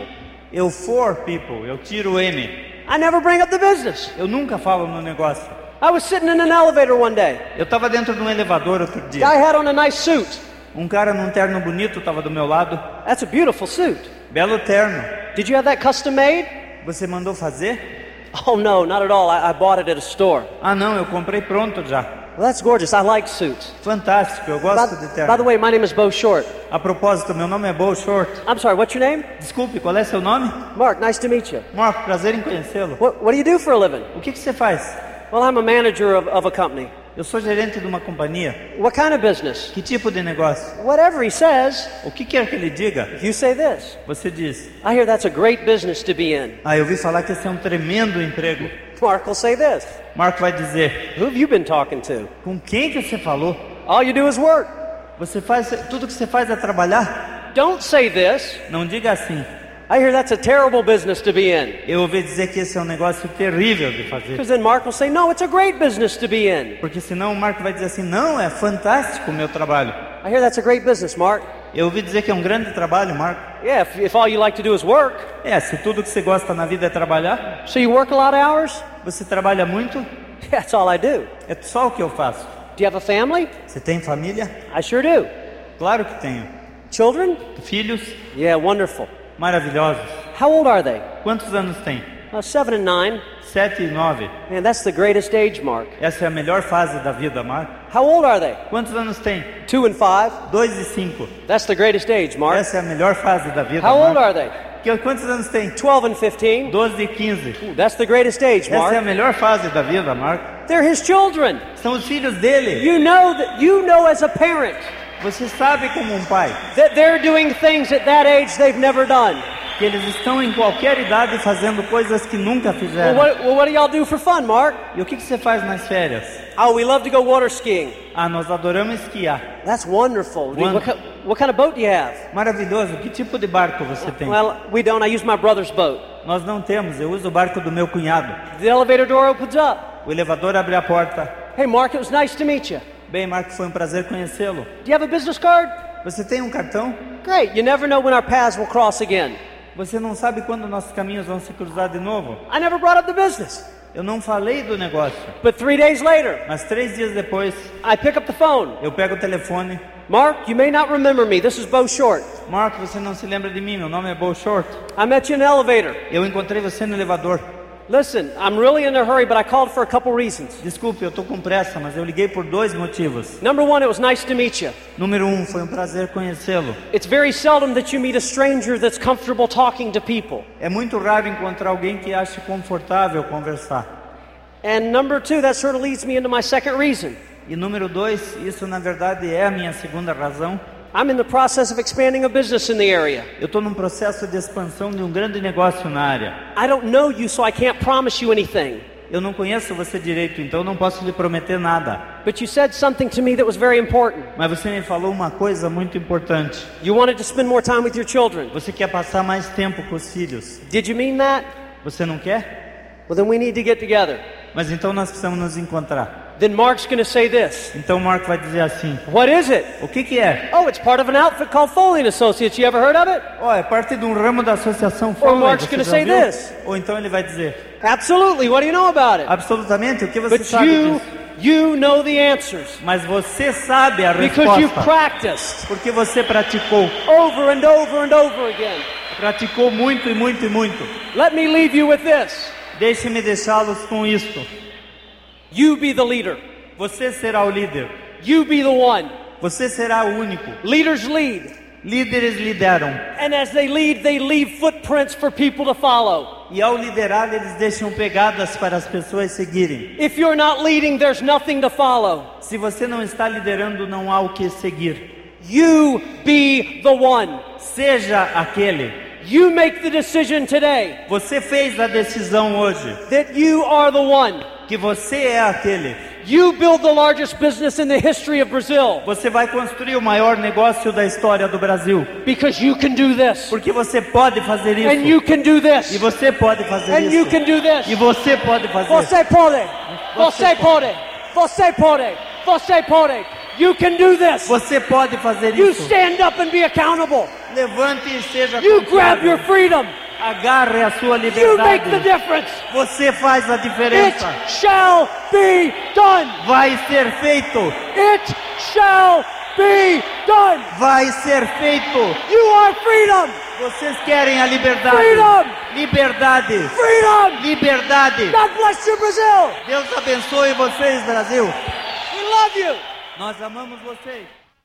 Speaker 2: Eu for people, eu tiro o M.
Speaker 1: I never bring up the business.
Speaker 2: Eu nunca falo no negócio.
Speaker 1: I was sitting in an elevator one day.
Speaker 2: Eu tava dentro de um elevador outro dia.
Speaker 1: Guy had on a nice suit.
Speaker 2: Um cara num terno bonito tava do meu lado.
Speaker 1: That's a beautiful suit.
Speaker 2: Belo terno.
Speaker 1: Did you have that custom made?
Speaker 2: Você mandou fazer?
Speaker 1: Oh no, not at all. I, I bought it at a store.
Speaker 2: Ah não, eu comprei pronto já.
Speaker 1: Well, that's gorgeous. I like suits.
Speaker 2: Fantástico, eu
Speaker 1: By,
Speaker 2: gosto de terno.
Speaker 1: by the way, my name is Bo Short.
Speaker 2: A propósito, meu nome é Bo Short.
Speaker 1: I'm sorry, what's your name?
Speaker 2: Desculpe, qual é seu nome?
Speaker 1: Mark, nice to meet you.
Speaker 2: Marco, prazer em conhecê-lo.
Speaker 1: What, what do you do for a living?
Speaker 2: O que, que você faz?
Speaker 1: Well, I'm a manager of, of a company.
Speaker 2: Eu sou gerente de uma companhia.
Speaker 1: What kind of business?
Speaker 2: Que tipo de negócio?
Speaker 1: Whatever he says,
Speaker 2: O que quer que ele diga,
Speaker 1: you say this.
Speaker 2: você diz.
Speaker 1: I hear that's a great business to be in.
Speaker 2: Ah, eu ouvi falar que esse é um tremendo emprego.
Speaker 1: Mark will say this.
Speaker 2: Marco vai dizer,
Speaker 1: Who have you been talking to?
Speaker 2: com quem que você falou?
Speaker 1: All you do is work.
Speaker 2: Você faz tudo que você faz é trabalhar?
Speaker 1: Don't say this.
Speaker 2: Não diga assim.
Speaker 1: I hear that's a terrible business to be in.
Speaker 2: Eu ouvi dizer que esse é um negócio terrível de fazer.
Speaker 1: Because then Mark will say, No, it's a great business to be in.
Speaker 2: Porque senão o Marco vai dizer assim, não, é fantástico o meu trabalho.
Speaker 1: I hear that's a great business, Mark.
Speaker 2: Eu ouvi dizer que é um grande trabalho, Marco.
Speaker 1: Yeah, if, if all you like to do is work,
Speaker 2: É, se tudo que você gosta na vida é trabalhar,
Speaker 1: so you work a lot of hours?
Speaker 2: você trabalha muito,
Speaker 1: That's all I do.
Speaker 2: é só o que eu faço.
Speaker 1: Do you have a family?
Speaker 2: Você tem família?
Speaker 1: I sure do.
Speaker 2: Claro que tenho.
Speaker 1: Children?
Speaker 2: Filhos?
Speaker 1: Yeah, wonderful.
Speaker 2: Maravilhosos.
Speaker 1: How old are they?
Speaker 2: Quantos anos tem?
Speaker 1: Uh, seven and nine.
Speaker 2: Sete e nove.
Speaker 1: Man, that's the greatest age, Mark.
Speaker 2: Essa é a melhor fase da vida, Marco.
Speaker 1: How old are they?
Speaker 2: Quantos anos tem?
Speaker 1: Two and five.
Speaker 2: Dois e cinco.
Speaker 1: That's the greatest age, Mark.
Speaker 2: Essa é a melhor fase da vida,
Speaker 1: How old
Speaker 2: Marco.
Speaker 1: are they?
Speaker 2: Que- Quantos anos tem?
Speaker 1: 12 and 15.
Speaker 2: 12 e 15.
Speaker 1: Ooh, That's the greatest age,
Speaker 2: Essa é a
Speaker 1: Mark.
Speaker 2: melhor fase da vida, Marco.
Speaker 1: They're his children.
Speaker 2: São os filhos dele.
Speaker 1: You know that you know as a parent
Speaker 2: Você sabe como um pai
Speaker 1: that they're doing things at that age they've never done.
Speaker 2: que eles estão em qualquer idade fazendo coisas que nunca
Speaker 1: Well,
Speaker 2: fizeram.
Speaker 1: what, well, what do y'all do for fun, Mark?
Speaker 2: E o que, que você faz nas férias?
Speaker 1: Oh, we love to go water skiing.
Speaker 2: Ah, nós adoramos esquiar.
Speaker 1: That's wonderful. Dude, What,
Speaker 2: Wonderful.
Speaker 1: ki- what kind of boat do you have?
Speaker 2: Maravilhoso. Que tipo de barco você tem?
Speaker 1: Well, we don't. I use my brother's boat.
Speaker 2: Nós não temos. Eu uso o barco do meu cunhado.
Speaker 1: The elevator door opens up.
Speaker 2: O elevador abre a porta.
Speaker 1: Hey, Mark, it was nice to meet you.
Speaker 2: Bem, Marco, foi um prazer conhecê-lo.
Speaker 1: Do you have a business card?
Speaker 2: Você tem um cartão?
Speaker 1: Great. You never know when our paths will cross again.
Speaker 2: Você não sabe quando nossos caminhos vão se cruzar de novo?
Speaker 1: I never brought up the business.
Speaker 2: Eu não falei do negócio.
Speaker 1: But three days later,
Speaker 2: Mas três dias depois,
Speaker 1: I pick up the phone.
Speaker 2: eu pego o telefone.
Speaker 1: Mark, you may not remember me. This is Bo Short.
Speaker 2: Marco, você não se lembra de mim? Meu nome é Bo Short.
Speaker 1: I met you in an elevator.
Speaker 2: Eu encontrei você no elevador.
Speaker 1: Listen, I'm really in a hurry, but I called for a couple reasons.
Speaker 2: Desculpe, eu estou com pressa, mas eu liguei por dois motivos.
Speaker 1: Number one, it was nice to meet you.
Speaker 2: Número um, foi um prazer conhecê-lo.
Speaker 1: It's very seldom that you meet a stranger that's comfortable talking to people.
Speaker 2: É muito raro encontrar alguém que ache confortável conversar.
Speaker 1: And number two, that sort of leads me into my second reason.
Speaker 2: E número dois, isso na verdade é a minha segunda razão.
Speaker 1: I'm in the process of expanding a business in the area.
Speaker 2: Eu estou num processo de expansão de um grande negócio na área.
Speaker 1: I don't know you, so I can't promise you anything.
Speaker 2: Eu não conheço você direito, então não posso lhe prometer nada.
Speaker 1: But you said something to me that was very important.
Speaker 2: Mas você me falou uma coisa muito importante.
Speaker 1: You wanted to spend more time with your children.
Speaker 2: Você quer passar mais tempo com os filhos.
Speaker 1: Did you mean that?
Speaker 2: Você não quer?
Speaker 1: Well, then we need to get together.
Speaker 2: Mas então nós precisamos nos encontrar.
Speaker 1: Then Mark's going to say this.
Speaker 2: Então o Marco vai dizer assim:
Speaker 1: What is it?
Speaker 2: O que que é?
Speaker 1: Oh, it's part of an outfit called Foley and Associates. You ever heard of it?
Speaker 2: Ó, é parte de um ramo da associação Foley,
Speaker 1: Mark's
Speaker 2: você
Speaker 1: gonna
Speaker 2: já
Speaker 1: say
Speaker 2: viu?
Speaker 1: this.
Speaker 2: Ou então ele vai dizer:
Speaker 1: Absolutely. What do you know about it?
Speaker 2: Absolutamente, o que você
Speaker 1: But
Speaker 2: sabe
Speaker 1: you,
Speaker 2: disso?
Speaker 1: you know the answers
Speaker 2: Mas você sabe a
Speaker 1: because you've
Speaker 2: resposta.
Speaker 1: practiced
Speaker 2: Porque você praticou,
Speaker 1: over and over and over again.
Speaker 2: praticou muito e muito e muito.
Speaker 1: Let me leave you with this.
Speaker 2: Deixe-me deixá-los com isto.
Speaker 1: You be the leader.
Speaker 2: Você será o líder.
Speaker 1: You be the one.
Speaker 2: Você será o único.
Speaker 1: Leaders lead.
Speaker 2: Líderes lideram.
Speaker 1: And as they lead, they leave footprints for people to follow.
Speaker 2: E ao liderar, eles deixam pegadas para as pessoas seguirem.
Speaker 1: If you're not leading, there's nothing to follow.
Speaker 2: Se você não está liderando, não há o que seguir.
Speaker 1: You be the one.
Speaker 2: Seja aquele.
Speaker 1: You make the decision today
Speaker 2: Você fez a decisão hoje
Speaker 1: that you are the one.
Speaker 2: que você é aquele.
Speaker 1: You build the largest business in the history of Brazil
Speaker 2: Você vai construir o maior negócio da história do Brasil.
Speaker 1: because you can do this.
Speaker 2: Porque você pode fazer isso.
Speaker 1: And you can do
Speaker 2: E
Speaker 1: this.
Speaker 2: você pode fazer
Speaker 1: And
Speaker 2: isso.
Speaker 1: you can do this.
Speaker 2: E você pode fazer
Speaker 1: Você pode. Você
Speaker 2: Você
Speaker 1: pode. Você pode. Você pode. You can do this.
Speaker 2: Você pode fazer
Speaker 1: You
Speaker 2: isso.
Speaker 1: stand up and be accountable.
Speaker 2: Levante e seja
Speaker 1: You grab
Speaker 2: confiável.
Speaker 1: your freedom.
Speaker 2: Agarre a sua
Speaker 1: You make
Speaker 2: liberdade.
Speaker 1: the difference.
Speaker 2: Você faz a
Speaker 1: It
Speaker 2: diferença.
Speaker 1: shall be done.
Speaker 2: Vai ser feito.
Speaker 1: It shall be done.
Speaker 2: Vai ser feito.
Speaker 1: You are freedom.
Speaker 2: Vocês querem a liberdade.
Speaker 1: Freedom.
Speaker 2: Liberdade.
Speaker 1: Freedom.
Speaker 2: Liberdade.
Speaker 1: God bless you, Brazil.
Speaker 2: Deus abençoe vocês, Brasil.
Speaker 1: We love you.
Speaker 2: Nós amamos vocês.